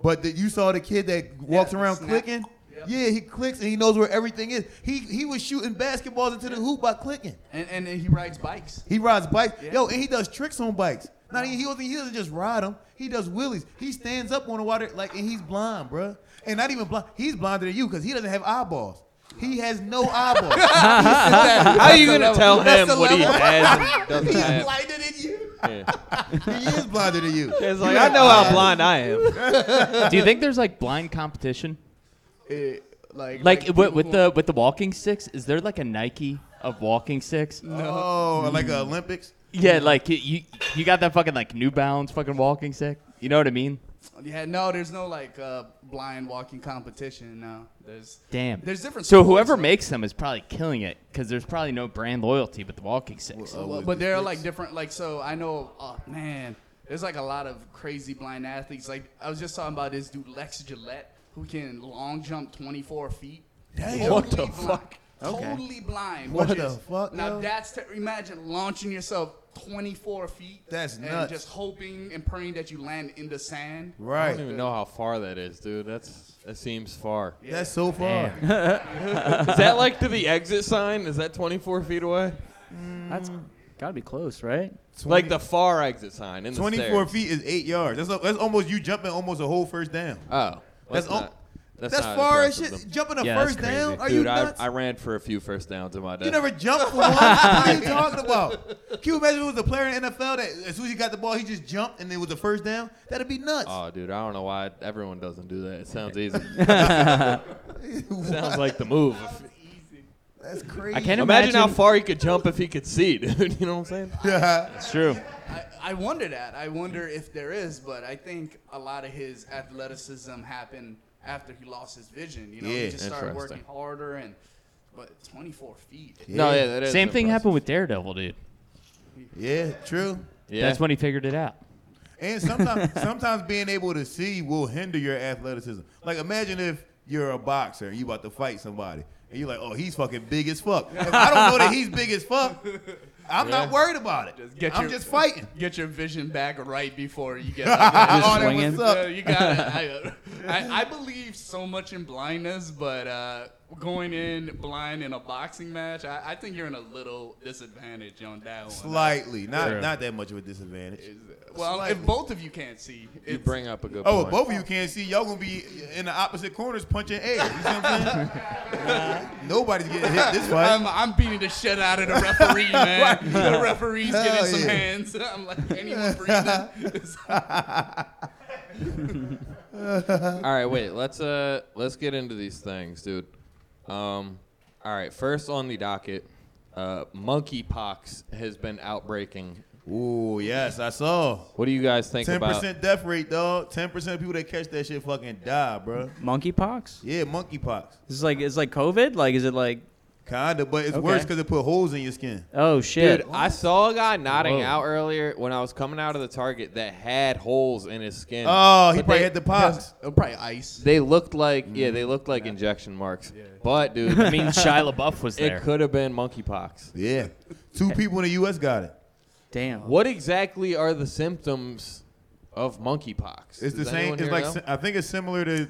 But the, you saw the kid that walks the around snap. clicking. Yeah, he clicks and he knows where everything is. He he was shooting basketballs into the hoop by clicking. And and he rides bikes. He rides bikes. Yeah. Yo, and he does tricks on bikes. Not even, he doesn't he doesn't just ride them. He does wheelies. He stands up on the water like and he's blind, bruh. And not even blind. He's blinder than you because he doesn't have eyeballs. He has no eyeballs. How are you gonna tell him the what he level. has and doesn't He's have? blinder than you. Yeah. He is blinder than you. It's like I know how blind I am. Do you think there's like blind competition? Eh, like Like people with, with who- the with the walking sticks, is there like a Nike of walking sticks? Oh, like a Olympics. Yeah, like you- you you got that fucking like New Balance fucking walking stick. You know what I mean? Yeah, no, there's no like uh, blind walking competition. No, there's Damn. There's different. So sports, whoever like- makes them is probably killing it because there's probably no brand loyalty with the walking sticks. Well, but there are like different like so I know oh man there's like a lot of crazy blind athletes like I was just talking about this dude Lex Gillette who can long jump 24 feet. What Totally the blind. fuck? Totally blind. What which the is- fuck, Now yo? that's ter- imagine launching yourself 24 feet. That's and nuts. just hoping and praying that you land in the sand. I don't Right. even know how far that is, dude. That's that seems far. That's so far. Is that like to the exit sign? Is that 24 feet away? That's gotta be close, right? Like the far exit sign in the 24 stairs. feet is eight yards. That's, that's almost you jumping almost a whole first down. Oh, That's not- al- that's That's, not far as shit. impressive. Jumping a Yeah, that's first down? Are you Dude, I, nuts? I ran for a few first downs in my day. you never jumped for one. what are you talking about? Can you imagine if it was a player in the NFL that as soon as he got the ball, he just jumped and it was a first down? That'd be nuts. Oh, dude, I don't know why everyone doesn't do that. It sounds easy. sounds like the move. That's crazy. I can't Imagine, imagine, how far he could jump if he could see, dude. You know what I'm saying? It's true. I, I wonder that. I wonder if there is, but I think a lot of his athleticism happened after he lost his vision. You know, Yeah. he just started Interesting. working harder and. But 24 feet. Oh, No, yeah, that is Same thing impressive. happened with Daredevil, dude. Yeah, true. Yeah. That's when he figured it out. And sometimes, sometimes being able to see will hinder your athleticism. Like imagine if you're a boxer and you about to fight somebody, and you're like, "Oh, he's fucking big as fuck." If I don't know that he's big as fuck, I'm not worried about it. Just get I'm your- just fighting. Get your vision back right before you get. up there. Oh, that swinging. was Yeah, up. you got it. I, I, I believe so much in blindness, but uh, going in blind in a boxing match, I, I think you're in a little disadvantage on that one. Slightly, not True. not that much of a disadvantage. Is- Well, Slightly. if both of you can't see, You it's, bring up a good Oh, point. both of you can't see. Y'all gonna be in the opposite corners punching air. You see what I'm saying? Nobody's getting hit this fight. I'm, I'm beating the shit out of the referee, man. The referee's Hell getting some yeah. hands. I'm like, anyone breathing? It's- All right, wait. Let's uh let's get into these things, dude. Um, all right. First on the docket, uh, monkeypox has been outbreaking. Ooh, yes, I saw. What do you guys think Ten about? percent death rate, dog. Ten percent of people that catch that shit fucking die, bro. Monkeypox? Yeah, monkeypox. This is like it's like COVID. Like is it like Kinda, but it's Okay. worse because it put holes in your skin. oh Dude, shit? I saw a guy nodding Whoa. out earlier when I was coming out of the Target that had holes in his skin. Oh, he But probably they, had the pox. Uh, Probably ice. They looked like Mm. yeah, they looked like injection marks. But dude, I mean, Shia LaBeouf was there. it could have been monkeypox. Yeah, two people in the U.S. got it. Damn. What exactly are the symptoms of monkeypox? It's the Does same. anyone It's here like know? si- I think it's similar to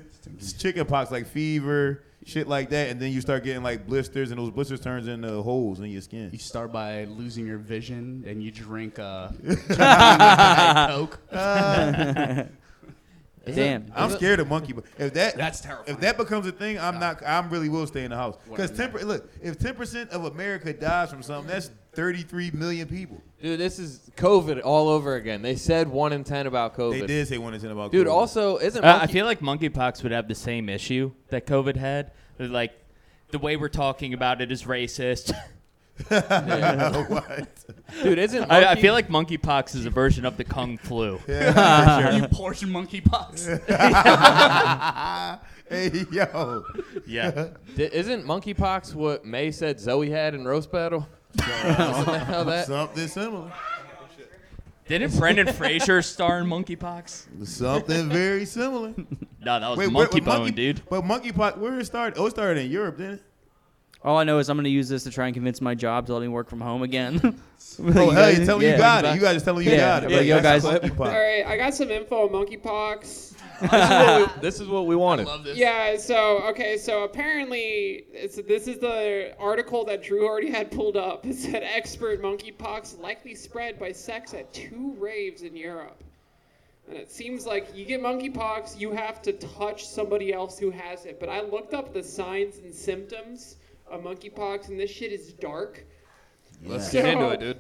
chicken pox, like fever, shit like that, and then you start getting like blisters, and those blisters turns into holes in your You skin. start by losing your vision, and you drink uh, drink Diet Coke. Ah. Damn. I'm scared of monkey. But if that That's terrifying. if that becomes a thing, I'm not. I'm really will stay in the house because Word. ten. per- Look, if ten percent of America dies from something, that's 33 million people. Dude, this is COVID all over again. They said one in ten about COVID. They did say one in ten about Dude, COVID. also isn't Uh, I monkey- feel like monkeypox would have the same issue that COVID had. Like the way we're talking about it is racist. what? dude isn't monkey- I, I feel like monkeypox is a version of the kung flu. you portion monkeypox. Hey yo, Yeah. di- isn't monkeypox what May said Zoe had in roast battle? Isn't that how that? something similar, Didn't Brendan Fraser star in monkeypox? something very similar. No, that was Wait, monkey wait, bone, dude. But monkey pox, where it started? Oh, it started in Europe, didn't it? All I know is I'm gonna use this to try and convince my job to let me work from home again. Oh, hell, you telling yeah. you got it. You guys are telling you Yeah. got it. Yeah, Like, yo, that's guys. monkey All pox. right, I got some info on monkeypox. This is what we wanted. Love this. Yeah, so okay, so apparently it's, this is the article that Drew already had pulled up. It said expert monkeypox likely spread by sex at two raves in Europe. And it seems like you get monkeypox, you have to touch somebody else who has it. But I looked up the signs and symptoms of monkeypox and this shit is dark. Let's get into it, dude.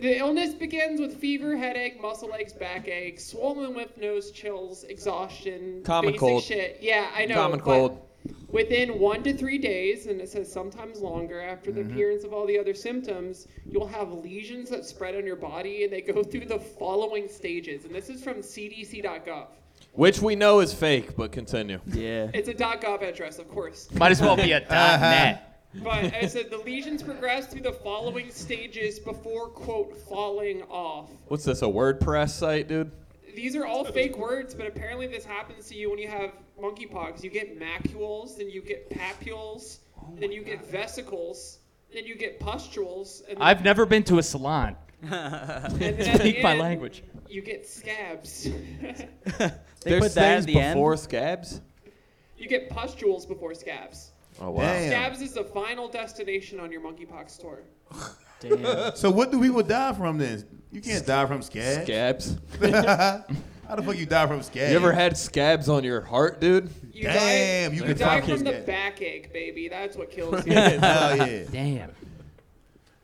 The illness begins with fever, headache, muscle aches, backache, swollen lymph nodes, chills, exhaustion, Common basic cold. shit. Yeah, I know. Common but cold. Within one to three days, and it says sometimes longer after Mm-hmm. the appearance of all the other symptoms, you'll have lesions that spread on your body, and they go through the following stages. And this is from CDC.gov. Which we know is fake, but continue. yeah. It's a .gov address, of course. Might as well be a dot net. But I said the lesions progress through the following stages before quote falling off. What's this? A WordPress site, dude? These are all fake words, but apparently this happens to you when you have monkeypox. You get macules, then you get papules, Oh then you get vesicles, then you get pustules. And then, I've never been to a salon. and then at the Speak my end, language. You get scabs. They There's put things that at the before end. scabs. you get pustules before scabs. Oh wow. Damn. Scabs is the final destination on your monkeypox tour. Damn. So what do people die from then? You can't die from scab. Scabs. How the fuck you die from scab? You ever had scabs on your heart, dude? You Damn, die, you you can die fucking from the get- backache, baby. That's what kills you. Hell yeah. Damn.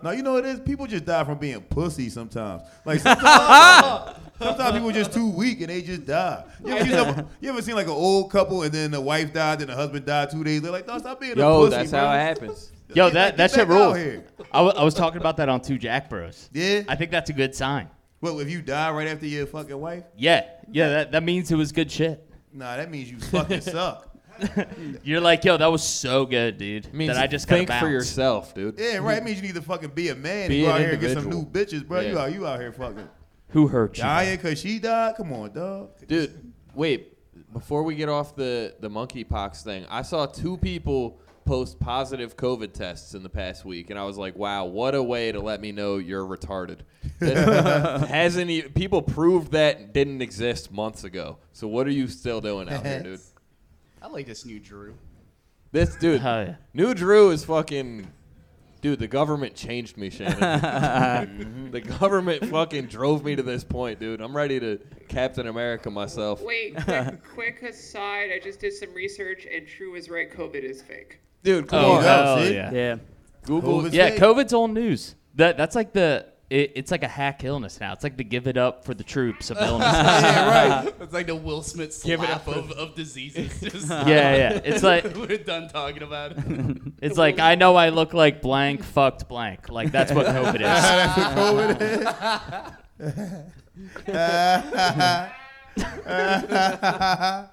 No, you know what it is. People just die from being pussy sometimes. Like sometimes, sometimes people just too weak and they just die. You ever, you ever- you ever seen like an old couple and then the wife died, then the husband died two days later? Like, no, stop being a Yo, pussy. that's bro. how it happens. Yo, Get- that, get that shit back out rules. here. I wa- I was talking about that on Two Jack Bros. Yeah. I think that's a good sign. Well, if you die right after your fucking wife, Yeah. Yeah, that, that means it was good shit. nah, that means you fucking suck. You're like, yo, that was so good, dude. Means that I just think got for yourself, dude. Yeah, right. It means you need to fucking be a man and Be go an out here and get some new individual. bitches, bro. You Yeah. out you out here fucking Who hurt you? dying cause she died. Come on, dog. Dude, wait. Before we get off the the monkeypox thing, I saw two people post positive COVID tests in the past week, and I was like, "Wow, what a way to let me know you're retarded." That hasn't e people proved that didn't exist months ago? So what are you still doing out here, dude? I like this new Drew. This dude, Hell yeah. New Drew is fucking. Dude, the government changed me, Shannon. the government fucking drove me to this point, dude. I'm ready to Captain America myself. Wait, quick, quick aside. I just did some research, and True is right. COVID is fake. Dude, come Oh, on. hell see? yeah. Yeah. Google. Hovis- Yeah, Hey. COVID's all news. That that's like the it, it's like a hack illness now. It's like the give it up for the troops of illness. yeah, right. It's like the Will Smith Give it slap up. of, of diseases. Just yeah, yeah. It's like we're done talking about. it. it's like I know I look like blank fucked blank. Like that's what COVID is. That's what COVID is. yeah,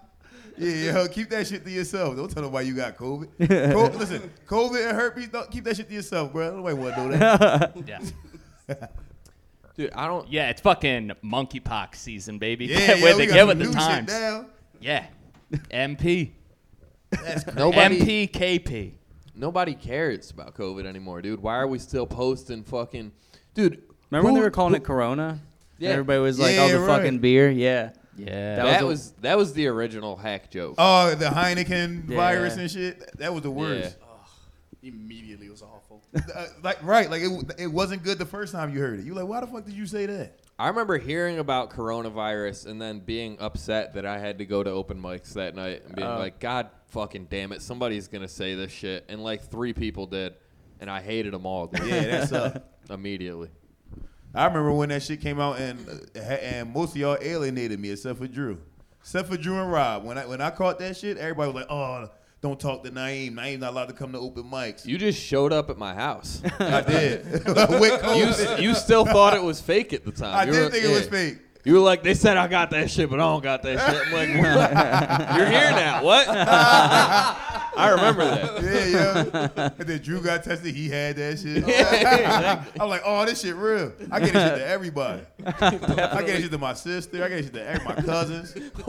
yo, keep that shit to yourself. Don't tell nobody you got COVID. Co- listen, COVID and herpes, don't keep that shit to yourself, bro. Nobody want to know that. Yeah. Dude, I don't. Yeah, it's fucking monkeypox season, baby. Yeah, get yo, with we it. got Get some with new the shit times. down. Yeah. MP. Nobody. MPKP. Nobody cares about COVID anymore, dude. Why are we still posting fucking, dude? Remember when who- they were calling who- it Corona? Yeah. Yeah. Everybody was like, Yeah, "Oh, the right. fucking beer." Yeah. Yeah. That That was a- was that was the original hack joke. Oh, the Heineken Yeah. virus and shit. That was the worst. Immediately was awful. Uh, like, right, like it, it wasn't good the first time you heard it. You like, why the fuck did you say that? I remember hearing about coronavirus and then being upset that I had to go to open mics that night and being Oh. like, God fucking damn it, somebody's gonna say this shit, and like three people did, and I hated them all dude, Yeah, that's up. immediately. I remember when that shit came out, and uh, and most of y'all alienated me except for Drew, except for Drew and Rob. When I when I caught that shit, everybody was like, "Oh, don't talk to Naeem. Naeem's not allowed to come to open mics." You just showed up at my house. I did. With you, COVID. you still thought it was fake at the time. I You did were- think it was yeah. fake. You were like, they said I got that shit, but I don't got that shit. I'm like, what? you're here now. What? I remember that. Yeah, yeah. and then Drew got tested. He had that shit. I'm like, oh, this shit real. I get this shit to everybody. I get this shit to my sister. I get this shit to every- my cousins.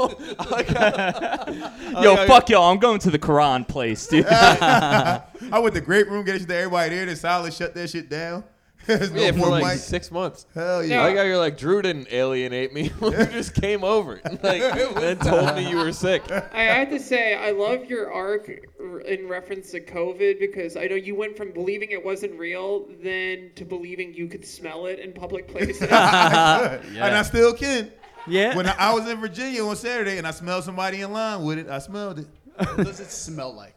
Yo, fuck y'all. I'm going to the Quran place, dude. I went to Great Room, get this shit to everybody there. Then Silas shut that shit down. There's no Yeah, for more like mics. six months. Hell yeah. I like how you're like Drew didn't alienate me. you just came over, like, and then told me you were sick. I have to say, I love your arc r- in reference to COVID because I know you went from believing it wasn't real then to believing you could smell it in public places. I could. And I still can. Yeah. When I, I was in Virginia on Saturday and I smelled somebody in line with it, I smelled it. What does it smell like?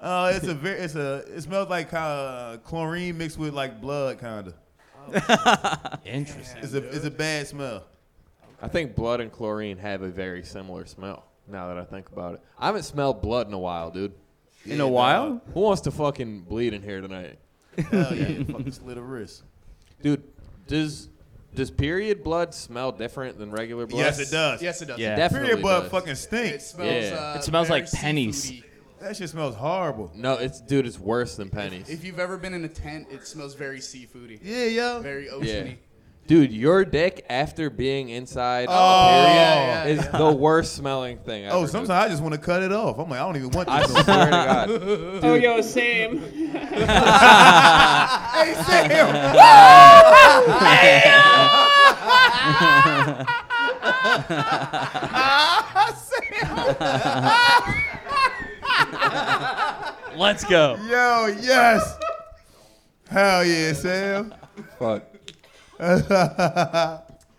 Uh, it's a very, it's a, it smells like uh, chlorine mixed with like blood, kinda. Interesting. It's a, it's a bad smell. I think blood and chlorine have a very similar smell. Now that I think about it, I haven't smelled blood in a while, dude. in a while. Who wants to fucking bleed in here tonight, Hell yeah, fucking slit a wrist. dude? Does does period blood smell different than regular blood? Yes, it does. Yes, it does. Yeah. Definitely Period blood does. fucking It stinks. smells. Yeah. Uh, It smells very like pennies. seafoody. That shit smells horrible. No, it's dude. It's worse than pennies. If you've ever been in a tent, it smells very seafoody, Yeah, yo. very Yeah. oceany. Dude, your dick after being inside Oh. period Yeah, yeah, is the worst smelling thing. Ever, Oh, dude. sometimes I just want to cut it off. I'm like, I don't even want I this. no more. swear to God. oh, yo, same. hey, Sam. Let's go. Yo, yes. Hell yeah, Sam. Fuck.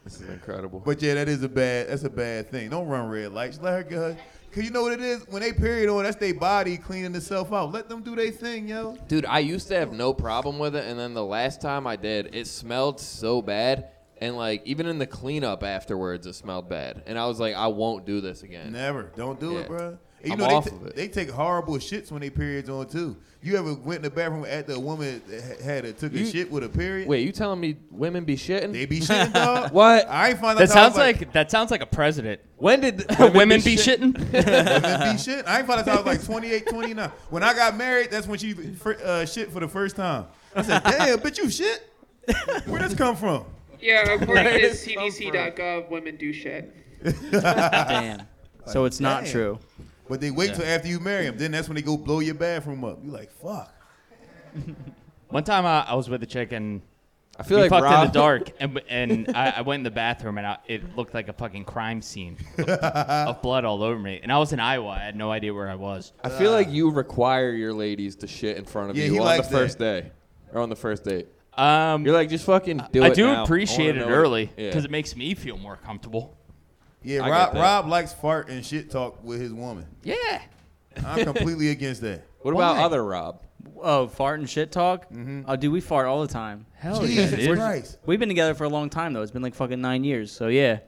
this is incredible. But yeah, that is a bad. That's a bad thing. Don't run red lights. Let her get her. Cause you know what it is when they period on. That's their body cleaning itself out. Let them do their thing, yo. Dude, I used to have no problem with it, and then the last time I did, it smelled so bad. And like even in the cleanup afterwards, it smelled bad. And I was like, I won't do this again. Never. Don't do Yeah. it, bro. And you I'm know they, off t- of it. they take horrible shits when they periods on too. You ever went in the bathroom after a woman ha- had a, took a You- shit with a period? Wait, you telling me women be shitting? They be shitting, dog. What? I ain't find out. That till I was sounds like that sounds like a president. when did Women, be, shitting? women be shit. I ain't find out till I was like 28, 29. When I got married, that's when she fr- uh, shit for the first time. I said, "Damn, bitch, you shit. Where this come from?" Yeah, according to Where is it come from? CDC.gov, women do shit. Damn. So it's not damn. true. But they wait till after you marry them. Then that's when they go blow your bathroom up. You like, fuck. One time I, I was with a chick and I feel we like fucked Rob, in the dark, and and I, I went in the bathroom, and I, it looked like a fucking crime scene of, of blood all over me. And I was in Iowa; I had no idea where I was. I feel like you require your ladies to shit in front of Yeah, you he on the likes first day or on the first date. Um, You're like, just fucking do I it. do now. I appreciate wanna it know early Yeah. because it makes me feel more comfortable. Yeah, I get Rob that. Rob likes fart and shit talk with his woman. Yeah. I'm completely against that. What about Why? other Rob? Oh, fart and shit talk. Mm-hmm. Oh, dude, we fart all the time. Hell Jesus Christ. We've been together for a long time though. It's been like fucking nine years. So yeah,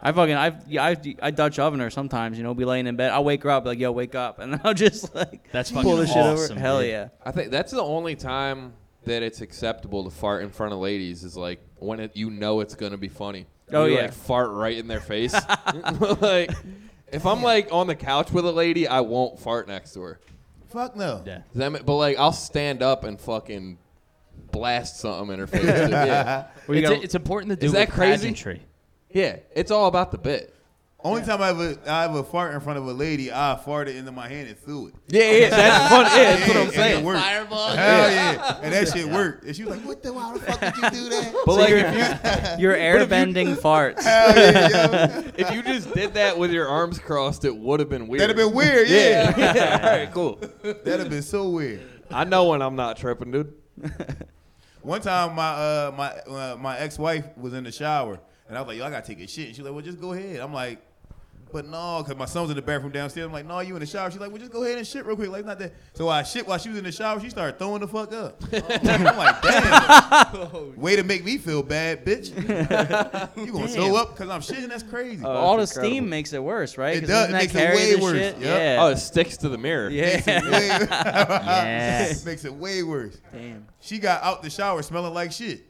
I fucking I've yeah, I've, I Dutch oven her sometimes. You know, be laying in bed. I'll wake her up like yo, wake up, and I'll just like That's pull fucking the shit awesome, over. Hell dude. yeah. I think that's the only time that it's acceptable to fart in front of ladies is like when it, you know it's gonna be funny. Oh, You, yeah. like fart right in their face. like if I'm like on the couch with a lady, I won't fart next to her. Fuck no. Yeah. Does that ma- but like I'll stand up and fucking blast something in her face. yeah. We It's, gotta- it's important to do Is that with crazy? pageantry. yeah, it's all about the bit. Only time I ever I ever fart in front of a lady, I farted into my hand and threw it. Yeah, yeah, that's funny. Yeah, that's what I'm and saying. It worked. Fireball. Hell yeah. And that shit worked. And she was like, what the, why the fuck did you do that? But like if you Your airbending farts. Hell yeah, yo. if you just did that with your arms crossed, it would have been weird. That'd have been weird, yeah. yeah. yeah. All right, cool. That'd have been so weird. I know when I'm not tripping, dude. One time, my uh, my uh, my ex wife was in the shower, and I was like, "Yo, I gotta take a shit." And she's like, "Well, just go ahead." I'm like, "But no, because my son's in the bathroom downstairs." I'm like, "No, you in the shower?" She's like, "Well, just go ahead and shit real quick." Like, not that. So I shit while she was in the shower. She started throwing the fuck up. I'm like, "Damn, way to make me feel bad, bitch. you gonna throw up because I'm shitting? That's crazy." All the that's incredible. steam makes it worse, right? It 'Cause does. doesn't It that makes it carry way the worse. shit? Yep. Oh, Yeah. it sticks to the mirror. yeah. Yeah. makes it way worse. Damn. She got out the shower smelling like shit.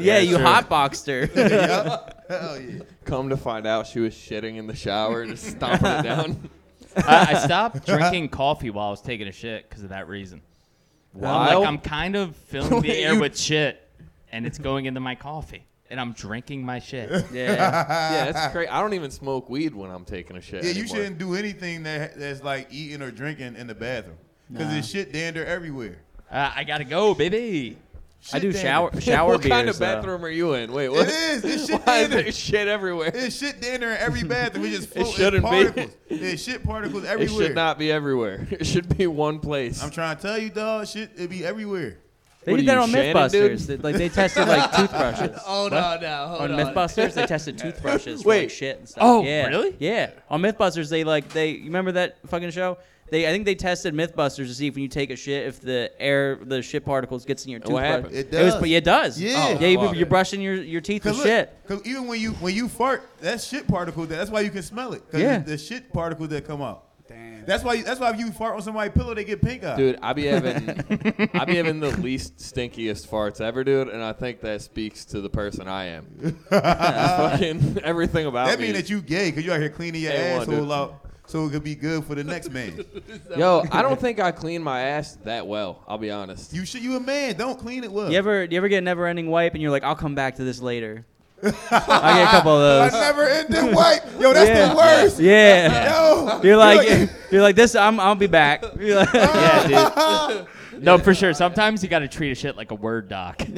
Yeah, you hotboxed her. Hell yeah. Come to find out, she was shitting in the shower and just stomping it down. I, I stopped drinking coffee while I was taking a shit because of that reason. I'm Wow. like I'm kind of filling the Wait, air you- with shit, and it's going into my coffee, and I'm drinking my shit. Uh, yeah. yeah, that's crazy. I don't even smoke weed when I'm taking a shit. Yeah, you anymore. shouldn't do anything that that's like eating or drinking in the bathroom because there's shit dander everywhere. Uh, I gotta go, baby. I Shit do dander. shower shower what beers. kind of though. bathroom are you in? Wait, It what? is. It's shit Why is dander. there shit everywhere? It, It's shit dander in every bathroom. It's just floating shouldn't be. particles. It's shit particles everywhere. should not be everywhere. It should be one place. I'm trying to tell you, dog. Shit, it be everywhere. They What did are that you, on Shannon, dude? Oh, MythBusters. They- like they tested like toothbrushes. Hold on now. Hold on on. MythBusters, they tested toothbrushes for Wait. like shit and stuff. Oh, yeah. really? Yeah. On MythBusters, they like they you remember that fucking show? They I think they tested MythBusters to see if when you take a shit, if the air, the shit particles gets in your What toothbrush. happened? It It was, does. but yeah, it does. Yeah. Oh, yeah. You, fuck. you're brushing your, your teeth with Cause look, shit. 'cause even when you when you fart, that shit particles. That's why you can smell it. 'cause Yeah. it's the shit particles that come out. Damn. That's why. That's why if you fart on somebody's pillow, they get pink eye. Dude, I be having I be having the least stinkiest farts ever, dude, and I think that speaks to the person I am. fucking everything about that me. mean that you gay because you out here cleaning your Hey, one, asshole dude. out so it could be good for the next man. Yo, I don't think I clean my ass that well. I'll be honest. You should. You a man. Don't clean it well. You ever you ever get a never ending wipe and you're like, I'll come back to this later. I get a couple of I those. never ended white. Yo, that's Yeah. the worst. Yeah. Yo, You're like You're you're like this I'm I'll be back. You're like- Yeah, dude. No, for sure. Sometimes you gotta treat a shit like a Word doc.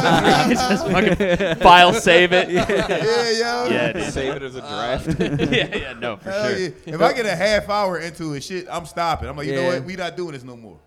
Just fucking file save it. Yeah, yeah, yo. yeah, dude. Save it as a draft. yeah, yeah. No, for Hell sure. yeah. If I get a half hour into a shit, I'm stopping. I'm like, you know Yeah. what? We not doing this no more.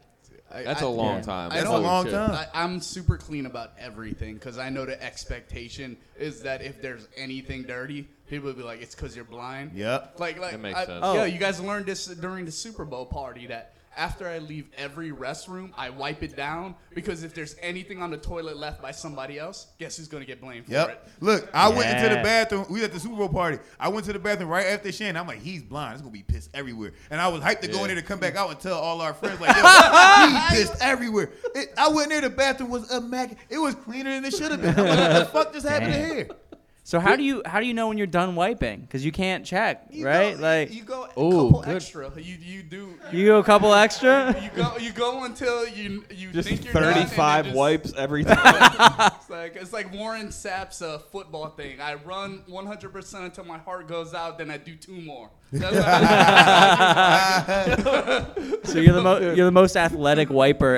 That's a long time. That's a Holy long shit. time. I, I'm super clean about everything because I know the expectation is that if there's anything dirty, people will be like, "It's because you're blind." Yep. Like, like, That makes I, sense. yeah, Oh. you guys learned this during the Super Bowl party that after I leave every restroom, I wipe it down because if there's anything on the toilet left by somebody else, guess who's gonna get blamed for it? Yep. Look, I went into the Yeah. bathroom. We was at the Super Bowl party. I went to the bathroom right after Shannon. I'm like, he's blind. It's gonna be pissed everywhere. And I was hyped to go in there to come back out and tell all our friends like, yo, he pissed everywhere. It, I went in there. The bathroom was immaculate. It was cleaner than it should have been. I'm like, what the fuck just happened Damn. here? So how do you how do you know when you're done wiping? Because you can't check, You right? go, like you go a Ooh, couple good. extra. You you do. You, you go a couple extra. you go you go until you you Just think you're done and then 35 just- wipes every time. It's like it's like Warren Sapp's uh, football thing. I run 100% until my heart goes out, then I do two more. That's what I- So you're the mo- you're the most athletic wiper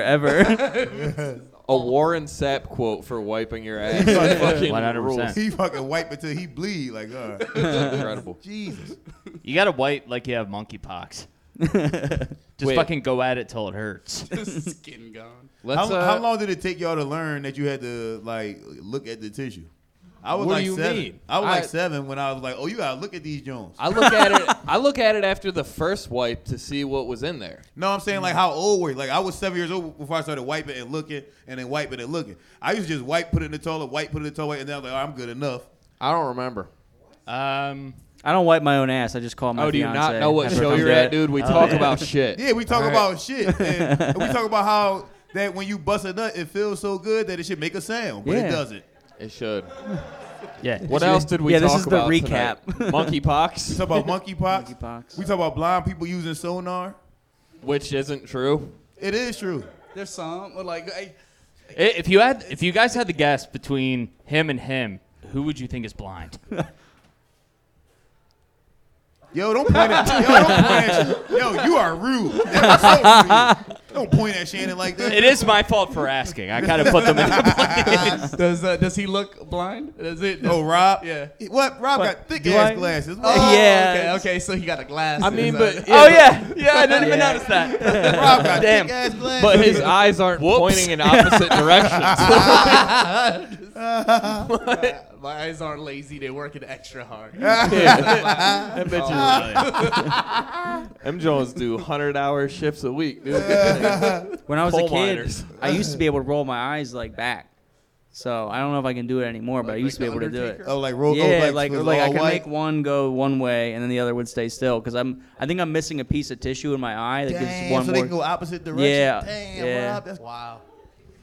ever. a Warren Sapp quote for wiping your ass. Fucking One hundred rules. percent. He fucking wipe until he bleed. Like, uh, That's incredible. Jesus. You gotta wipe like you have monkeypox. Just Wait. fucking go at it till it hurts. Skin gone. Let's, How, how uh, long did it take y'all to learn that you had to like look at the tissue? I was What do like you seven. mean? I was like I- seven when I was like, oh, you gotta look at these Jones. I look at it. I look at it after the first wipe to see what was in there. No, I'm saying like how old were you? Like I was seven years old before I started wiping and looking and then wiping and looking. I used to just wipe, put it in the toilet, wipe, put it in the toilet, and then I was like, oh, I'm good enough. I don't remember. Um, I don't wipe my own ass. I just call my Oh, do you fiance. not know what Have her show come you're do at, it. dude? We Oh, talk yeah. about shit. Yeah, we talk All right. about shit. And, and we talk about how that when you bust a nut, it feels so good that it should make a sound, but Yeah. it doesn't. It should. yeah. What else did we yeah, this talk is the about? tonight? recap. We Monkeypox, talk about monkeypox. Monkeypox. We talk about blind people using sonar. which isn't true. It is true. There's some, but like, I, I- If you had, if you guys had the guess between him and him, who would you think is blind? Yo, don't point at yo, don't point at yo. You are rude. That was so rude. Don't point at Shannon like that. it is my fault for asking. I kind of put them in. The does uh, does he look blind? Does it? Oh, Rob. Yeah. What? Rob What? got thick Do ass I? glasses. Oh, Yeah. Okay, okay, so he got a Uh, glass. I mean, but oh yeah, yeah. I didn't even Yeah. notice that. Rob got Damn. thick ass glasses. But his eyes aren't pointing in opposite directions. my eyes aren't lazy. They working extra hard. Oh, M Jones do hundred hour shifts a week, dude. When I was a Coal kid, miners. I used to be able to roll my eyes like back. So I don't know if I can do it anymore, but I Like- used to be like able the to do it. Undertaker? oh, like roll. yeah, oh, like was like I all could white. make one go one way and then the other would stay still because I'm I think I'm missing a piece of tissue in my eye that gives Damn, one so they more. can go opposite direction. Yeah, Damn, yeah. Rob, that's, Wow.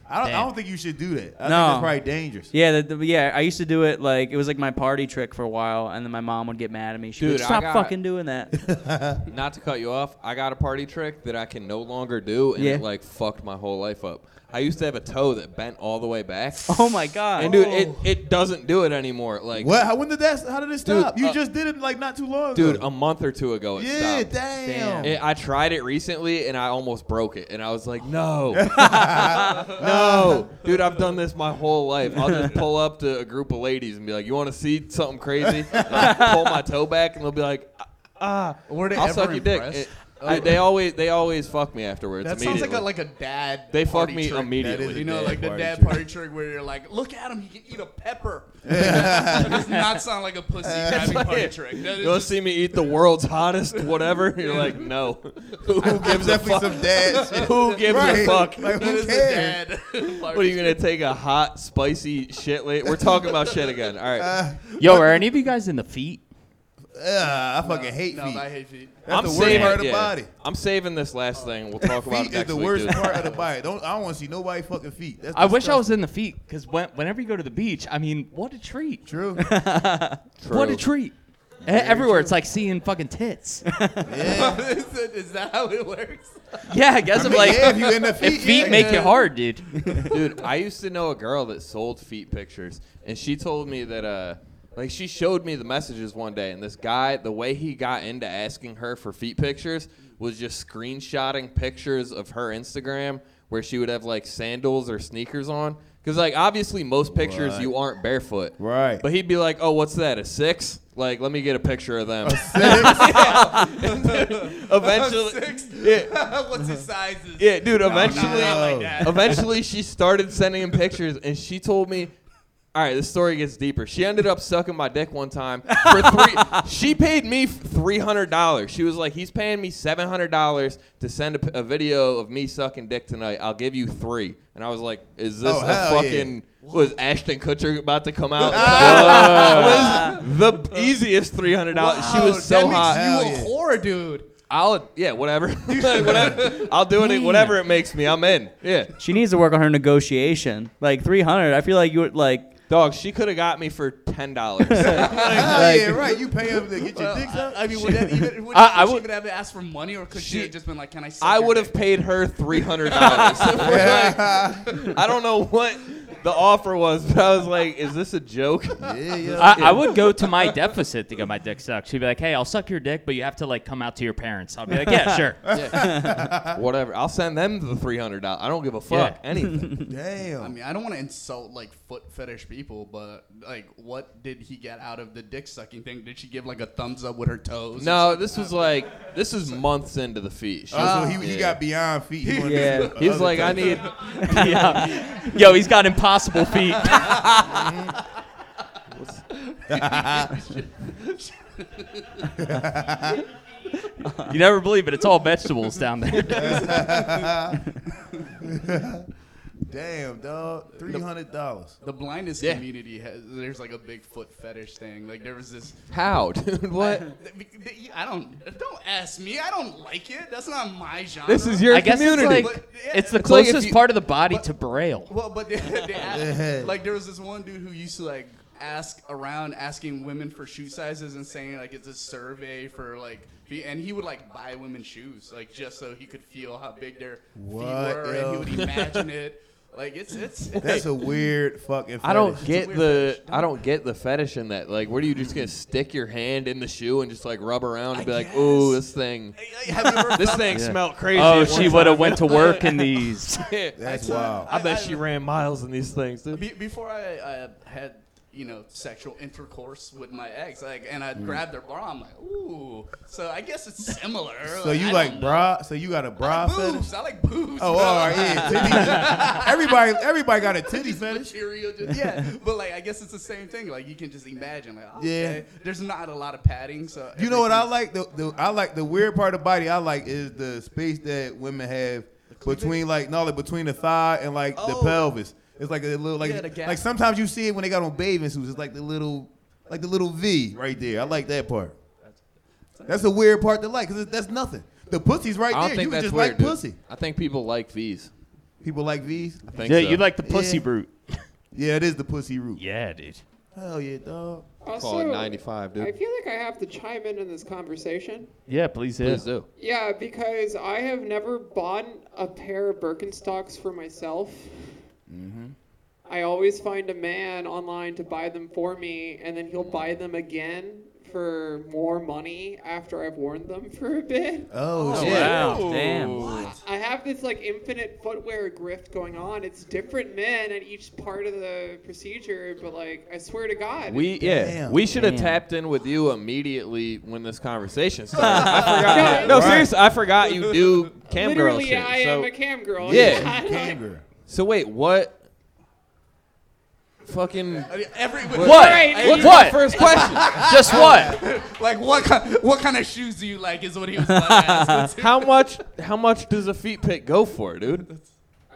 I don't. I Damn. don't think you should do that. I No. think that's probably dangerous. yeah, the, the, yeah. I used to do it like it was like my party trick for a while, and then my mom would get mad at me. She would Dude, I stop got- fucking doing that. Not to cut you off, I got a party trick that I can no longer do, and Yeah. it like fucked my whole life up. I used to have a toe that bent all the way back, oh my god! and dude, it, it doesn't do it anymore. Like, What? How, when did that? How did it Dude, stop? you uh, just did it like not too long. dude, ago. a month or two oh ago, it yeah. stopped. Damn. It- I tried it recently, and I almost broke it, and I was like, no, no, dude, I've done this my whole life. I'll just pull up to a group of ladies and be like, you want to see something crazy? And I'll pull my toe back, and they'll be like, Were they I'll ever suck your dick. impressed? It- I- they always they always fuck me afterwards. That sounds like immediately. a, like a dad. They party fuck me trick. immediately. That is You know, dad like the party dad trick. party trick where you're like, look at him, he can eat a pepper. That does not sound like a pussy grabbing party trick. That is You'll just- see me eat the world's hottest whatever. You're like, no. Who gives Definitely a fuck? some dad. shit. Who gives a Right. fuck? Like, that who is the cares? dad. What are you gonna take a hot, spicy shit late? We're talking about shit again. All right. Yo, are any of you guys in the feet? Ugh, Uh, I fucking hate No, feet. I hate feet. That's the worst saving- part of the yeah. body. I'm saving this last thing. We'll talk about it Feet is next the week, worst dude. part of the body. Don't I don't want to see nobody fucking feet. That's I wish I disgusting. was in the feet because when, whenever you go to the beach, I mean, what a treat! True. What a treat! E- Everywhere, it's like seeing fucking tits. Yeah. is, that- is that how it works? yeah, I guess I am like, yeah, if you in the feet, if feet yeah. make it hard, dude. Dude, I used to know a girl that sold feet pictures, and she told me that, uh, like, she showed me the messages one day, and this guy, the way he got into asking her for feet pictures was just screenshotting pictures of her Instagram where she would have, like, sandals or sneakers on. Because, like, obviously, most pictures Right. you aren't barefoot. Right. But he'd be like, oh, what's that, a six? Like, let me get a picture of them. Eventually. Six? Yeah, What's his sizes? yeah, dude, No, not- not eventually. like that. Eventually, she started sending him pictures, and she told me, "All right, this story gets deeper." She ended up sucking my dick one time for three. she paid me three hundred dollars. She was like, "He's paying me seven hundred dollars to send a, p- a video of me sucking dick tonight. I'll give you three. And I was like, "Is this Oh, a hell yeah. fucking?" Was Ashton Kutcher about to come out? It was the easiest three hundred dollars. she Wow, was so that hot. Hell Makes you yeah. a horror, dude. I'll yeah, whatever, whatever. I'll do it. Whatever it makes me, I'm in. Yeah. she needs to work on her negotiation. Like 300, I feel like you would like. Dog, she could have got me for ten dollars. Hell Like- Ah, yeah, right. You pay him to get your dicks up. I mean, would that even would I- I she would- even have to ask for money, or could she, She- have just been like, "Can I?" Suck I your would have dick? paid her three hundred dollars. I don't know what the offer was, but I was like, is this a joke? Yeah, yeah. I, I would go to my deficit to get my dick sucked. She'd be like, "Hey, I'll suck your dick, but you have to like come out to your parents." I'll be like, "Yeah, sure." Whatever. I'll send them the three hundred dollars. I don't give a fuck anything. Damn. I mean, I don't want to insult like foot fetish people, but like, what did he get out of the dick sucking thing? Did she give like a thumbs up with her toes? Uh, no, this was like this is months into the feast. She Oh, was- so he, he yeah. got beyond feet. He wanted Yeah. to do He was other like, I things. need. yeah. Yo, he's got impossible feet. you never believe it. It's all vegetables down there. Damn, dog. Three hundred dollars. The blindness Yeah. community has there's like a big foot fetish thing. Like there was this. How, dude? What? I don't. Don't ask me. I don't like it. That's not my genre. This is your I guess community. it's like But, yeah, it's the it's like if closest you- part of the body to braille. Well, but they, they asked, like there was this one dude who used to like ask around asking women for shoe sizes and saying like it's a survey for like fe- and he would like buy women shoes like just so he could feel how big their What, feet were and yo? he would imagine it. Like it's it's That's a weird fucking. I don't fetish. get weird the fetish. I don't get the fetish in that. Like, where do you just gonna stick your hand in the shoe and just like rub around and be like, "Ooh, this thing, have you ever this thing smelled crazy." Oh, at one she would have went to work in these. time." That's wild. I bet she ran miles in these things. Dude. Be- before I, I had you know sexual intercourse with my ex, like, and I Mm. grabbed their bra, I'm like, ooh. So I guess it's similar. So you I like don't bra? So you got a know. bra fetish? boobs? I like boobs. Oh, bro. all right, yeah. titties. everybody, everybody got a titty fetish. material. Just, yeah, but like I guess it's the same thing. Like you can just imagine. Like oh, Yeah. okay. there's not a lot of padding. So You know what I everything's- like? The, the I like the weird part of the body I like is the space that women have between like no like between the thigh and like the Oh. pelvis. It's like a little like Yeah, the gap. like sometimes you see it when they got on bathing suits. It's like the little like the little V right there. I like that part. That's a weird part to like because that's nothing. The pussy's right I don't there. think You would that's just weird. like dude. pussy. I think people like V's. People like V's. I think Yeah, so. you like the pussy Yeah. brute. Yeah, it is the pussy root. Yeah, dude. Hell yeah, dog. call Also, it 95, I dude. feel like I have to chime in on this conversation. Yeah, please do. Please do. Yeah, because I have never bought a pair of Birkenstocks for myself. I always find a man online to buy them for me, and then he'll buy them again for more money after I've worn them for a bit. Oh, shit. Wow, damn. I have this like infinite footwear grift going on. It's different men at each part of the procedure, but like I swear to God, We yeah. Damn. We should have Damn. tapped in with you immediately when this conversation started. I forgot. Yeah. No, seriously, I forgot you do cam girl literally shit. I so, am a cam girl. Yeah. Cam girl. so wait, what? Fucking I mean, every What? Right. What's What? my first question? Just what? Like what? Kind, what kind of shoes do you like? Is what he was like. asking. how much? How much does a feet pick go for, dude?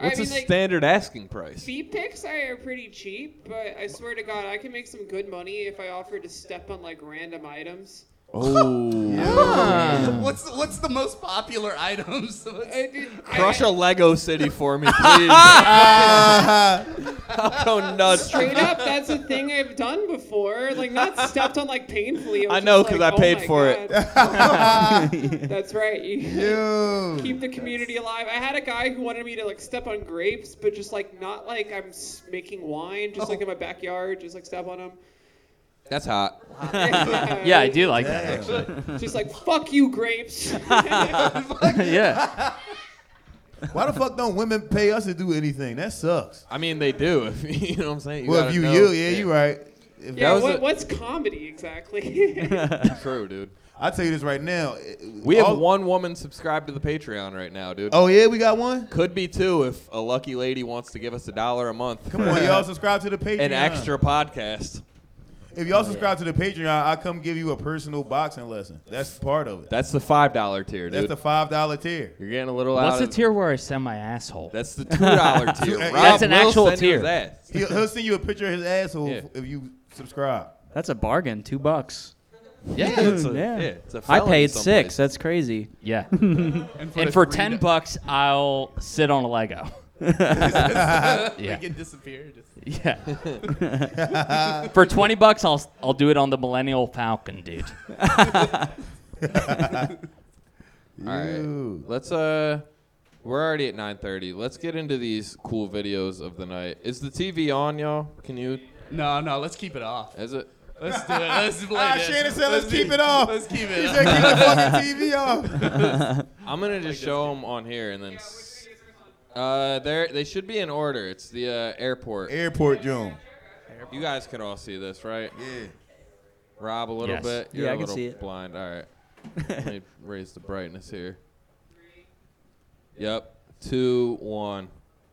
I What's mean, a like- standard asking price? Feet pics are pretty cheap, but I swear to God, I can make some good money if I offer to step on like random items. Oh, what's the- what's the most popular items? What's- I did- I- crush a Lego city for me, please. I'll go nuts. Straight up, that's a thing I've done before. Like not stepped on like painfully. I know, 'cause I paid for it." it. "Oh that's right. You Dude. keep the community alive. I had a guy who wanted me to like step on grapes, but just like not like I'm s- making wine, just like in my backyard, just like step on them. That's hot. Yeah, I do like that. Actually. Just like fuck you, grapes. yeah. Why the fuck don't women pay us to do anything? That sucks. I mean, they do. If you know what I'm saying. well, gotta if you know. you, yeah, you right. If yeah, was what, a- what's comedy exactly? True, dude. I tell you this right now. it- We have all- one woman subscribed to the Patreon right now, dude. Oh yeah, we got one. Could be two if a lucky lady wants to give us a dollar a month. Come on, y'all subscribe to the Patreon. An extra podcast. If y'all subscribe to the Patreon, I come give you a personal boxing lesson. That's part of it. That's the five dollar tier, That's dude. the five dollar tier. You're getting a little What's out the of tier where I send my asshole? That's the two dollar tier. That's Rob an will actual send you his tier. ass. He'll, he'll send you a picture of his asshole Yeah. if you subscribe. That's a bargain. Two bucks. Yeah, it's a, yeah. yeah. it's a I felony paid someplace. six. That's crazy. yeah. and and the for three ten that- bucks, I'll sit on a Lego. we yeah. can disappear. Just, Yeah. for twenty bucks, I'll I'll do it on the Millennial Falcon, dude. All right. Dude. Let's uh We're already at 9:30. Let's get into these cool videos of the night. Is the TV on, y'all? Can you? No, no, let's keep it off. Is it? Let's do it. Let's play Ah, this. Shannon said, let's keep do- it off. Let's keep He it said, off. Oh, keep the fucking TV off. I'm gonna just show them on here and then. s- Uh, they they should be in order. It's the uh, airport. Airport Joan. You guys could all see this, right? Yeah. Rob, a little Yes. bit. Yeah, You're I a can little see it. blind. All right. Let me raise the brightness here. Yep. Two, one.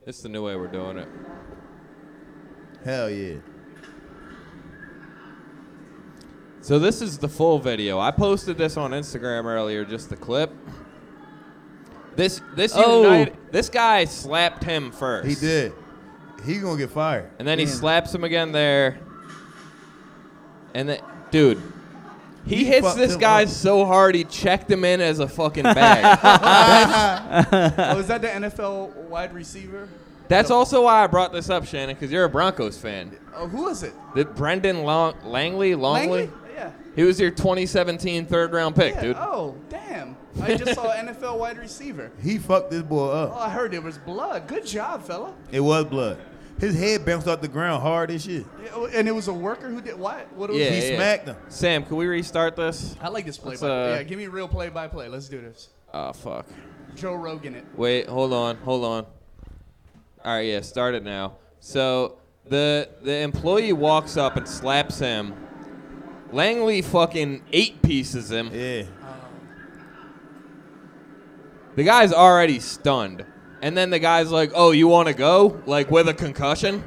It's the new way we're doing it. Hell yeah. So this is the full video. I posted this on Instagram earlier, just the clip. This this Oh. unite- this guy slapped him first. He did. He gonna get fired. And then he slaps him again there. And then dude, he, He hits fucked this him guy up. so hard he checked him in as a fucking bag. Oh, is that the NFL wide receiver? That's also why I brought this up, Shannon, because you're a Broncos fan. Oh, who is it? The Brendan Long- Langley Longley. Langley? Yeah. He was your 2017 third round pick, yeah. dude. Oh, damn. I just saw NFL wide receiver. He fucked this boy Oh, up. I heard there was blood. Good job, fella. It was blood. His head bounced off the ground hard as shit. Yeah, oh, And it was a worker who did what? What was Yeah, he it? yeah. smacked him. Sam, can we restart this? I like this play Let's, by uh, Yeah, give me real play by play. Let's do this. Oh fuck. Joe Rogan it. Wait, hold on, hold on. All right, yeah, start it now. So the the employee walks up and slaps him. Langley fucking eight pieces him. Yeah. The guy's already stunned. And then the guy's like, "Oh, you want to go?" Like with a concussion.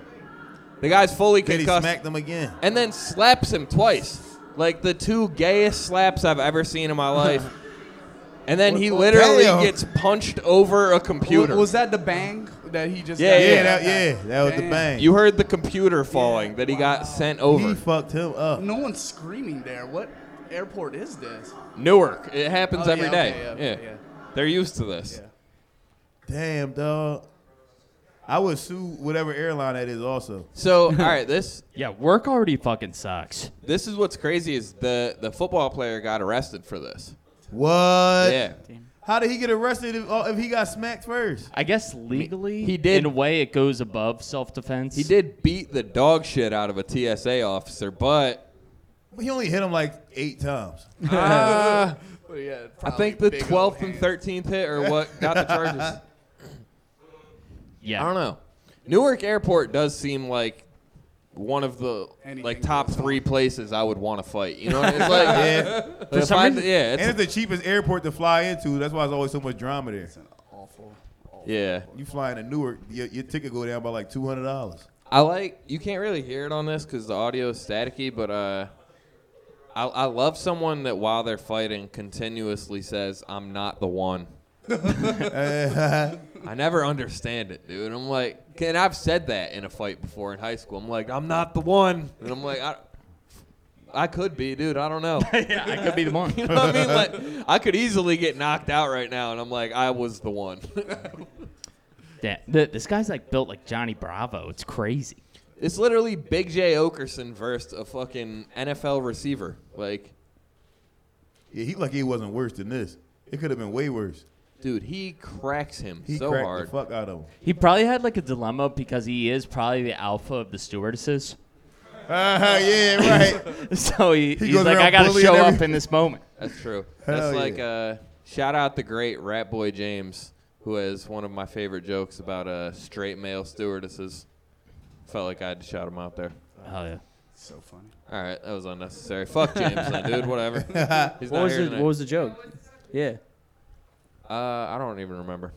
The guy's fully Then he concussed. smacked him again. and then slaps him twice. Like the two gayest slaps I've ever seen in my life. and then he Well, literally damn. gets punched over a computer. W- Was that the bang that he just Yeah, got? Yeah, yeah. that, yeah, that was the Damn. bang. You heard the computer falling that he got Wow. sent he over. fucked him up. No one's screaming there. What airport is this? Newark. It happens Oh, every yeah, day. okay, yeah, yeah, okay, yeah. They're used to this. Yeah. Damn, dog. I would sue whatever airline that is. Also, So, all right, this Yeah, work already fucking sucks. this is what's crazy is the the football player got arrested for this. what? Uh, Yeah. How did he get arrested if, oh, if he got smacked first? I guess legally, he did- In a way, it goes above self-defense. He did beat the dog shit out of a TSA officer, but He only hit him like eight times. uh, But yeah, I probably think the Oh, big old 12th and hands. 13th hit or what got the charges. Yeah, I don't know. Newark Airport does seem like one of the Anything like top goes on. three places I would want to fight. You know, what I mean? it's like yeah, For some reason- yeah, it's And it's the cheapest airport to fly into. That's why there's always so much drama there. It's an awful. awful. Yeah. You fly into Newark, your, your ticket go down by like two hundred dollars. I like you can't really hear it on this because the audio is staticky, but uh, I I love someone that while they're fighting continuously says, "I'm not the one." I never understand it, dude. I'm like, and I've said that in a fight before in high school. I'm like, I'm not the one, and I'm like, I, I could be, dude. I don't know. you yeah, I could be the one. know what I mean? Like, I could easily get knocked out right now, and I'm like, I was the one. Damn, th- this guy's like built like Johnny Bravo. It's crazy. It's literally Big J Okerson versus a fucking NFL receiver. Like, Yeah, he lucky he wasn't worse than this. It could have been way worse. dude, he cracks him He so cracked hard. the fuck out of him. He probably had like a dilemma because he is probably the alpha of the stewardesses. Uh, yeah, right. So he, he's goes like, around I gotta bullying show up every- in this moment. That's true. Hell That's yeah. like uh, shout out the great Rat Boy James, who has one of my favorite jokes about uh, straight male stewardesses. Felt like I had to shout him out there. Oh yeah. So funny. All right, that was unnecessary. Fuck James, then, dude. Whatever. He's What not was here the tonight. What was the joke? Yeah. uh, I don't even remember.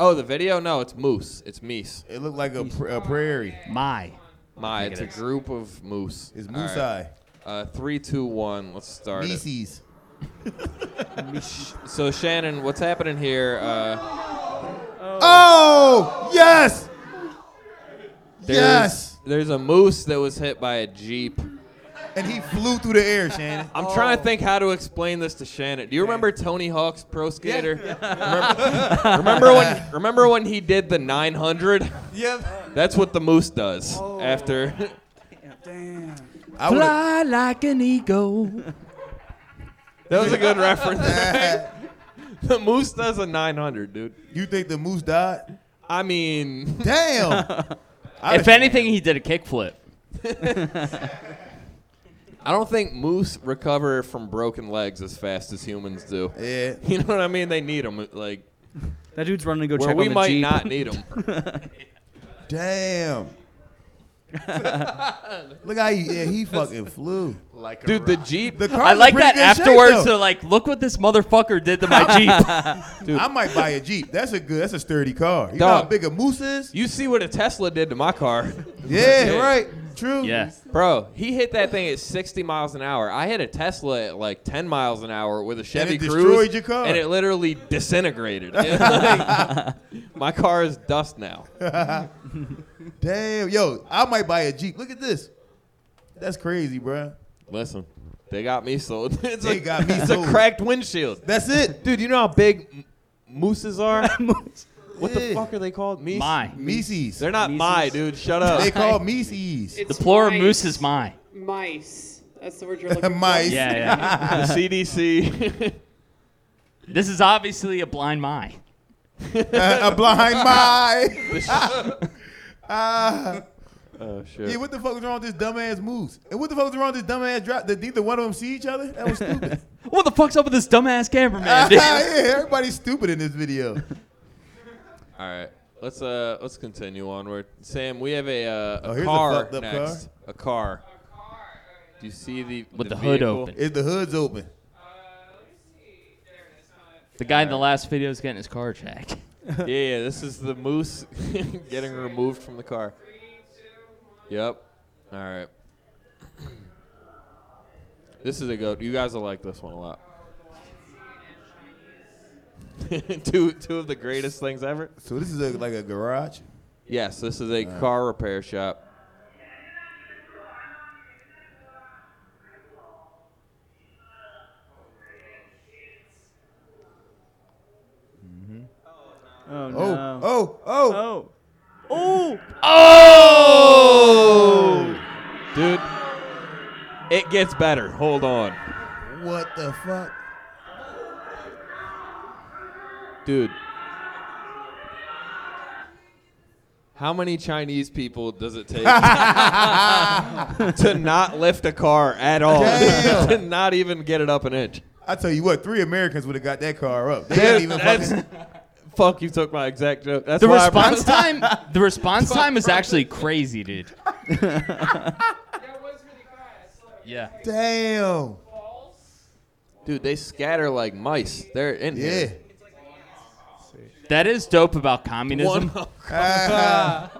Oh, the video? No, it's moose. It's meese. It looked like a, pr- a prairie. My. My, Think it's it a is. group of moose. It's All moose right. eye. Uh, three, two, one. Let's start it. Feces. So Shannon, what's happening here? Uh, Oh yes, there's, Yes! There's a moose that was hit by a jeep. and he flew through the air, Shannon. I'm trying to think how to explain this to Shannon. Do you remember Tony Hawk's Pro Skater? Remember, remember when? Remember when he did the 900? Yep. That's what the moose does Oh. after. Damn. I would've- like an eagle. that was a good reference. The moose does a 900, dude. You think the moose died? I mean, Damn. I'd If anything, he did a kickflip. I don't think moose recover from broken legs as fast as humans do. Yeah. You know what I mean? They need them. Like, That dude's running to go where check we on the might Jeep. not need them. Damn. Look how he, yeah, he fucking flew. Like a Dude, the rock. Jeep. The I car's in like pretty that good shape, afterwards. though. They're like, look what this motherfucker did to my Jeep. I might buy a Jeep. That's a good. That's a sturdy car. You know Dog. how big a moose is? You see what a Tesla did to my car. Yeah, Yeah. right. True. yeah. Bro, he hit that thing at 60 miles an hour. I hit a Tesla at like 10 miles an hour with a Chevy it Cruze, destroyed your car. and it literally disintegrated. Like, my car is dust now. Damn, yo, I might buy a Jeep. Look at this. That's crazy, bruh. Listen, they got me sold. It's They a, got me it's sold. a cracked windshield. That's it. Dude, you know how big m- mooses are? What the Yeah. fuck are they called? Meese? My. Mises. They're not my, Mises? dude. Shut up. They call Mises. The It's plural mice. moose is my. mice. That's the word you're looking Mice. for. Yeah, yeah. the CDC. this is obviously a blind my. a blind my. oh, shit. Ah. yeah, what the fuck was wrong with this dumbass moose? And what the fuck was wrong with this dumbass drop? Did neither one of them see each other? That was stupid. What the fuck's up with this dumbass cameraman? dude? yeah, everybody's stupid in this video. All right. Let's uh let's continue onward. Sam, we have a uh, Oh, a here's a car fucked up next. A car. Do you see the With the hood vehicle? open. If the hood's open. the guy in the last video is getting his car checked. yeah, yeah, this is the moose getting removed from the car. Yep. All right. This is a goat. You guys will like this one a lot. two two of the greatest things ever. So this is a, like a garage. Yes, this is a car repair shop. Oh, Oh, no. oh, oh, Oh. Oh. Dude, it gets better. Hold on. What the fuck? Dude. How many Chinese people does it take to not lift a car at all? Damn. to not even get it up an inch. I tell you what, three Americans would have got that car up. They didn't even That's- fucking. Fuck, you took my exact joke. That's The why I response brought- time the response time is actually crazy, dude. That was really fast. Yeah. Damn. Dude, they scatter like mice. They're in Yeah. here. That is dope about communism. One, Ah,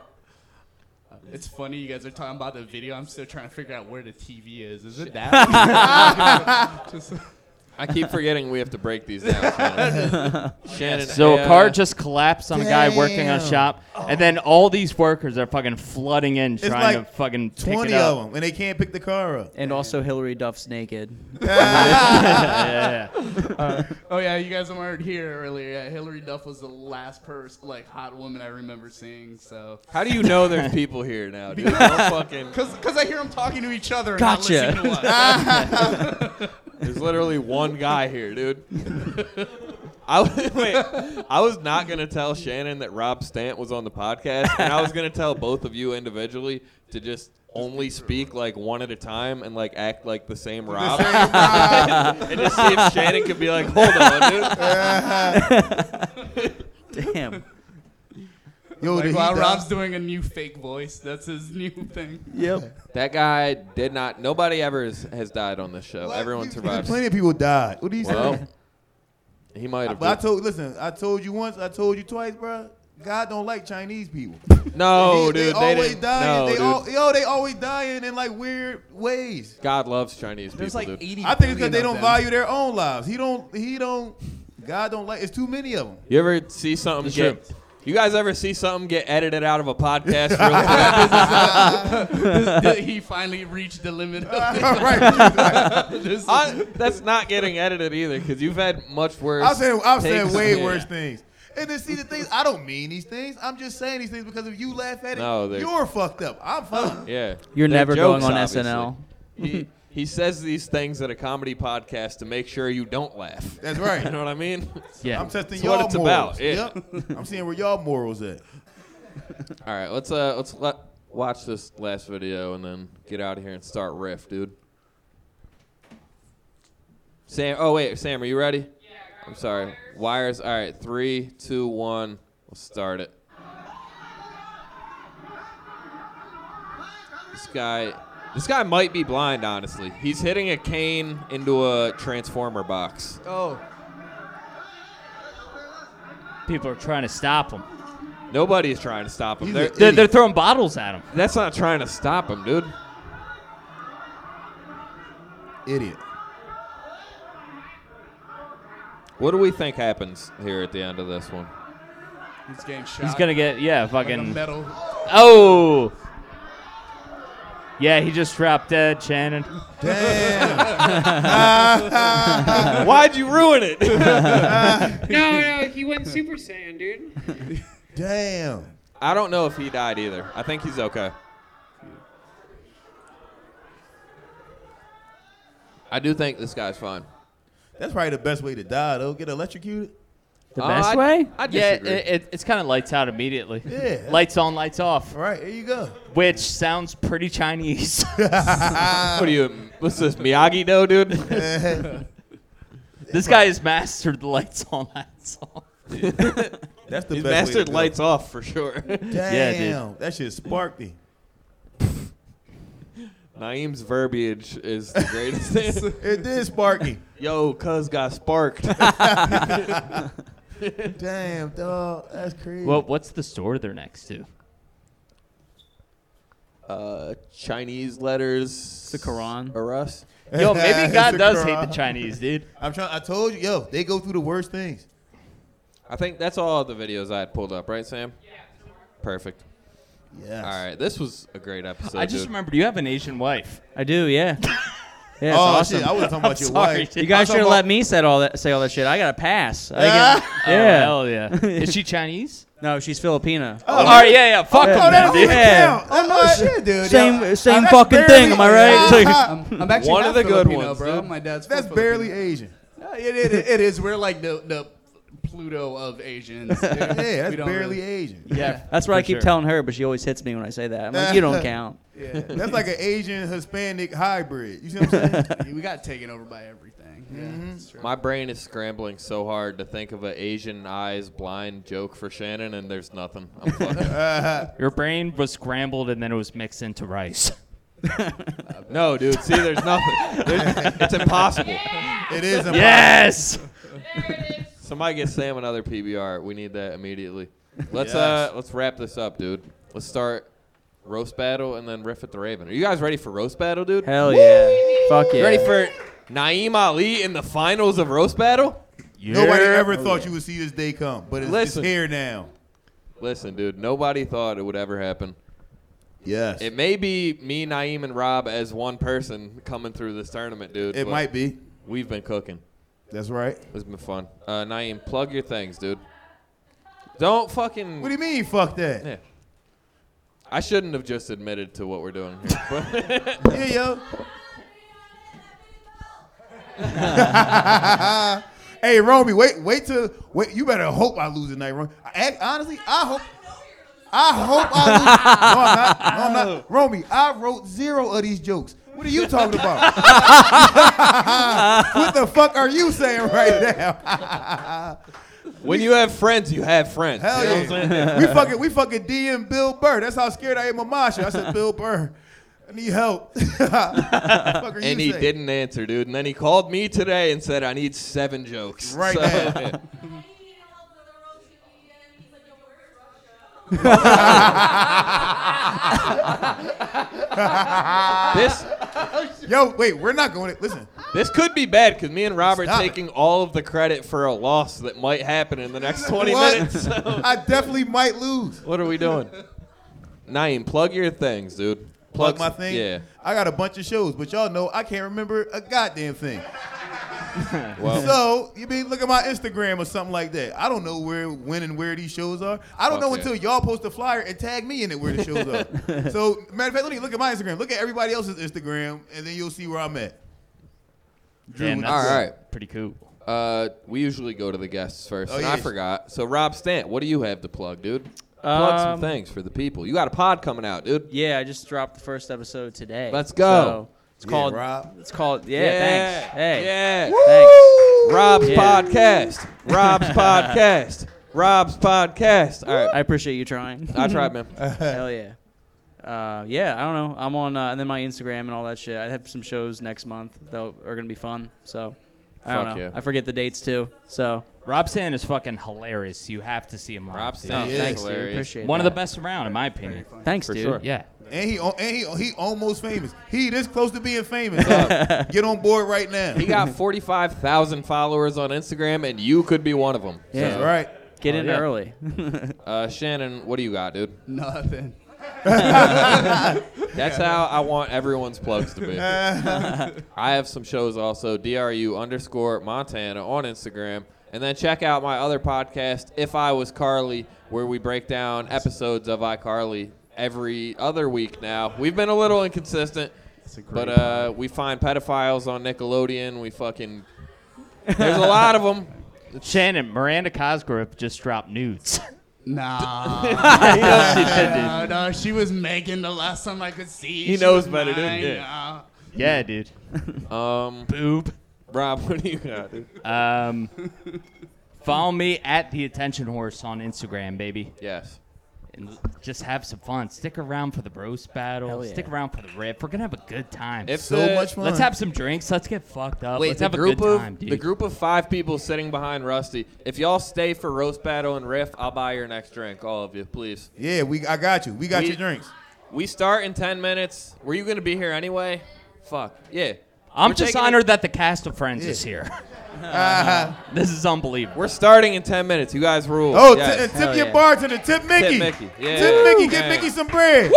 It's funny you guys are talking about the video. I'm still trying to figure out where the TV is. Is it that? Just- I keep forgetting we have to break these down. Shannon. Shannon, So I, a uh, car just collapsed on a guy working on a Damn. shop, and then all these workers are fucking flooding in trying like to fucking pick it Twenty up. of them, and they can't pick the car up. And also Hillary Duff's naked. Yeah, yeah. oh yeah, you guys weren't here earlier. Yeah, Hillary Duff was the last person, like hot woman I remember seeing. So, How do you know there's people here now, dude? Don't fucking. cause, cause I hear them talking to each other. And Gotcha. Not listening to us. There's literally one guy here, dude. I was, wait, I was not gonna tell Shannon that Rob Stant was on the podcast, and I was gonna tell both of you individually to just only speak like one at a time and like act like the same Rob, and just see if Shannon could be like, "Hold on, dude." Damn. Yo, did like, he while die? Rob's doing a new fake voice, that's his new thing. Yep. That guy did not. Nobody ever has, has died on this show. Oh, What? Everyone You- survives. Plenty of people died. What do you Uh, Well, say? he might have. But I just- told, listen, I told you once, I told you twice, bro. God don't like Chinese people. no, they, dude. they They, always didn't. dying. No, they dude. All, yo, they always dying in like weird ways. God loves Chinese There's people, like dude. 80. I think it's billion because they of don't them. value their own lives. He don't. He don't. God don't like. It's too many of them. You ever see something It's get? You guys ever see something get edited out of a podcast? Real quick? he finally reached the limit. Of All right. this. I, that's not getting edited either, because you've had much worse. I've said I've said takes. way Yeah. worse things. And then see the things I don't mean these things. I'm just saying these things because if you laugh at it, No, they're- you're fucked up. I'm fine. Yeah, You're They're never going jokes, on obviously. SNL. He, He says these things at a comedy podcast to make sure you don't laugh. That's You know right. what I mean? Yeah. I'm testing That's y'all what it's morals. about, yeah. Yep. I'm seeing where y'all morals at. All right, let's uh let's let, watch this last video and then get out of here and start riff, dude. Sam, oh wait, Sam, are you ready? Yeah. I'm sorry. Wires. All right, three, two, one. We'll start it. This guy, this guy might be blind. Honestly, he's hitting a cane into a transformer box. Oh, People are trying to stop him. Nobody is trying to stop him. He's They're- a- They're, they're throwing bottles at him. that's not trying to stop him, dude. Idiot. What do we think happens here at the end of this one? he's getting shot. He's gonna get yeah, like a fucking. metal. Oh. Yeah, he just dropped dead, Shannon. Damn. Why'd you ruin it? No, no, he went Super Saiyan, dude. Damn. I don't know if he died either. I think he's okay. I do think this guy's fine. That's probably the best way to die, though. Get electrocuted. The Oh, Uh, best I- way? I Yeah, disagree. it, it, it's kind of lights out immediately. Yeah. Lights on, lights off, All right, there you go. which sounds pretty Chinese. Uh, what are you? What's this Miyagi Do, dude? this guy has mastered the lights on, lights off. That's the He's best way mastered to go. lights off for sure. Damn. dude. That shit sparked me. Naeem's verbiage is the greatest. It did spark me. Yo, cuz got sparked. Damn, dog. That's crazy. Well, what's the store they're next to? Uh, Chinese letters. The Quran. Or us. Yo, maybe It's God a does hate the Quran. Chinese, dude. I'm trying. I told you, yo, they go through the worst things. I think that's all the videos I had pulled up, right, Sam? Yeah. Perfect. Yes. All right, this was a great episode. I just dude. remembered you have an Asian wife. I do, yeah. Yeah, it's oh awesome. shit! I was talking I'm about your sorry, wife. dude. You guys I'm should have talking let me said all that, say all that shit. I got to pass. I Ah. get- Oh, yeah. hell yeah. Is she Chinese? No, she's Filipino. All right, Oh, yeah, Oh, yeah. Fuck Yeah. them, that dude. don't Yeah. Oh no, shit, dude. Same- Yo, same that's fucking barely- thing, am I right? Ah, It's like- I'm, I'm actually One of half the good Filipino, ones, bro. dude. My dad's that's from barely Filipino. Asian. Uh, It, it, it is. We're like the the Pluto of Asians. dude. Yeah, that's We don't barely really- Asian. Yeah. That's what for I keep sure. telling her, but she always hits me when I say that. I'm like, you don't count. Yeah. That's like an Asian Hispanic hybrid. You see what I'm saying? we got taken over by everything. Yeah, that's true. My brain is scrambling so hard to think of an Asian eyes blind joke for Shannon, and there's nothing. I'm fucked. Uh, Your brain was scrambled and then it was mixed into rice. no, dude. See, there's nothing. There's, it's impossible. It is. impossible. Yes. Somebody get Sam another PBR. We need that immediately. Let's Yes. uh, let's wrap this up, dude. Let's start roast battle and then riff at the Raven. Are you guys ready for roast battle, dude? Hell yeah. Fuck yeah. You ready for Naeem Ali in the finals of roast battle? Nobody ever thought you would see this day come, but it's, it's Listen. here now. Listen, dude. Nobody thought it would ever happen. Yes. It may be me, Naeem, and Rob as one person coming through this tournament, dude. It but might be. We've been cooking. That's right. It's been fun. Uh, Naeem, plug your things, dude. Don't fucking. What do you mean? Fuck that. Yeah. I shouldn't have just admitted to what we're doing here. but- Yeah, yo. hey, Romy, wait, wait till wait. You better hope I lose tonight, Romy. I, I- honestly, I hope. I hope I lose. No, I'm not. No, I'm not. Romy, I wrote zero of these jokes. What are you talking about? what the fuck are you saying right now? when you have friends, you have friends. Hell You know what I'm saying? yeah. we fucking we fucking DM Bill Burr. That's how scared I am of Masha. I said, Bill Burr, I need help. Fuck are you And he saying? didn't answer, dude. And then he called me today and said, I need seven jokes. Right So- now. this Yo, wait, we're not going to listen. this could be bad because me and Rob are Stop it. taking all of the credit for a loss that might happen in the next 20 What? minutes. So- I definitely might lose. What are we doing? Naeem, plug your things, dude. Plug s- my thing. Yeah. I got a bunch of shows, but y'all know I can't remember a goddamn thing. Well- so you mean look at my Instagram or something like that. I don't know where, when, and where these shows are. I don't Fuck know yeah. until y'all post a flyer and tag me in it where the shows are. so matter of fact, let me look at my Instagram. Look at everybody else's Instagram, and then you'll see where I'm at. Damn, what that's you got? pretty cool. Uh, we usually go to the guests first, Oh, and yeah. I forgot. So Rob Stant, what do you have to plug, dude? Plug some Um, things for the people. You got a pod coming out, dude. Yeah, I just dropped the first episode today. Let's go. So it's called. Rob. It's called. Yeah, yeah, Thanks. Hey. yeah. Thanks. Rob's Yeah. podcast. Rob's podcast. Rob's podcast. All right. I appreciate you trying. I tried, man. Hell yeah. Uh, yeah, I don't know. I'm on, uh, and then my Instagram and all that shit. I have some shows next month that are gonna be fun. So, I don't Fuck know. yeah. I forget the dates too. So, Rob Stan is fucking hilarious. You have to see him live. Rob dude. Stan oh, is thanks, dude. hilarious. Appreciate One of the that. best around, in my opinion. Thanks, For dude. sure. Yeah. And he, al- and he, he almost famous. He this close to being famous. dog. Get on board right now. He got 45,000 followers on Instagram, and you could be one of them. Yeah. That's right. Get Oh, in yeah. early. Uh, Shannon, what do you got, dude? Nothing. That's how I want everyone's plugs to be. I have some shows also, DRU underscore Montana on Instagram. And then check out my other podcast, If I Was Carly, where we break down episodes of iCarly every other week now. We've been a little inconsistent, a great but uh, we find pedophiles on Nickelodeon. We fucking. There's a lot of them. Shannon, Miranda Cosgrove just dropped nudes. Nah. She did, dude. no, no, she was Megan the last time I could see. He She knows was better, dude. mine. Yeah. Nah. Yeah, dude. Um, Boob. Rob, what do you got? dude? Um, follow me at the attention horse on Instagram, baby. Yes. And l- just have some fun. Stick around for the roast battle. Hell yeah. Stick around for the rip. We're gonna have a good time. If So the- much fun. Let's have some drinks. Let's get fucked up. Wait, Let's the have a group good time, of dude. the group of five people sitting behind Rusty. If y'all stay for roast battle and riff, I'll buy your next drink, all of you, please. Yeah, we I got you. We got We- your drinks. We start in ten minutes. Were you gonna be here anyway? Fuck yeah. I'm We're just taking a- honored that the cast of Friends is here. this is unbelievable. We're starting in ten minutes. You guys rule. Oh, Yes. t- and tip Hell your yeah. bartender. Tip Mickey. Mickey. Yeah. Tip Mickey. Get Yeah. Mickey some bread.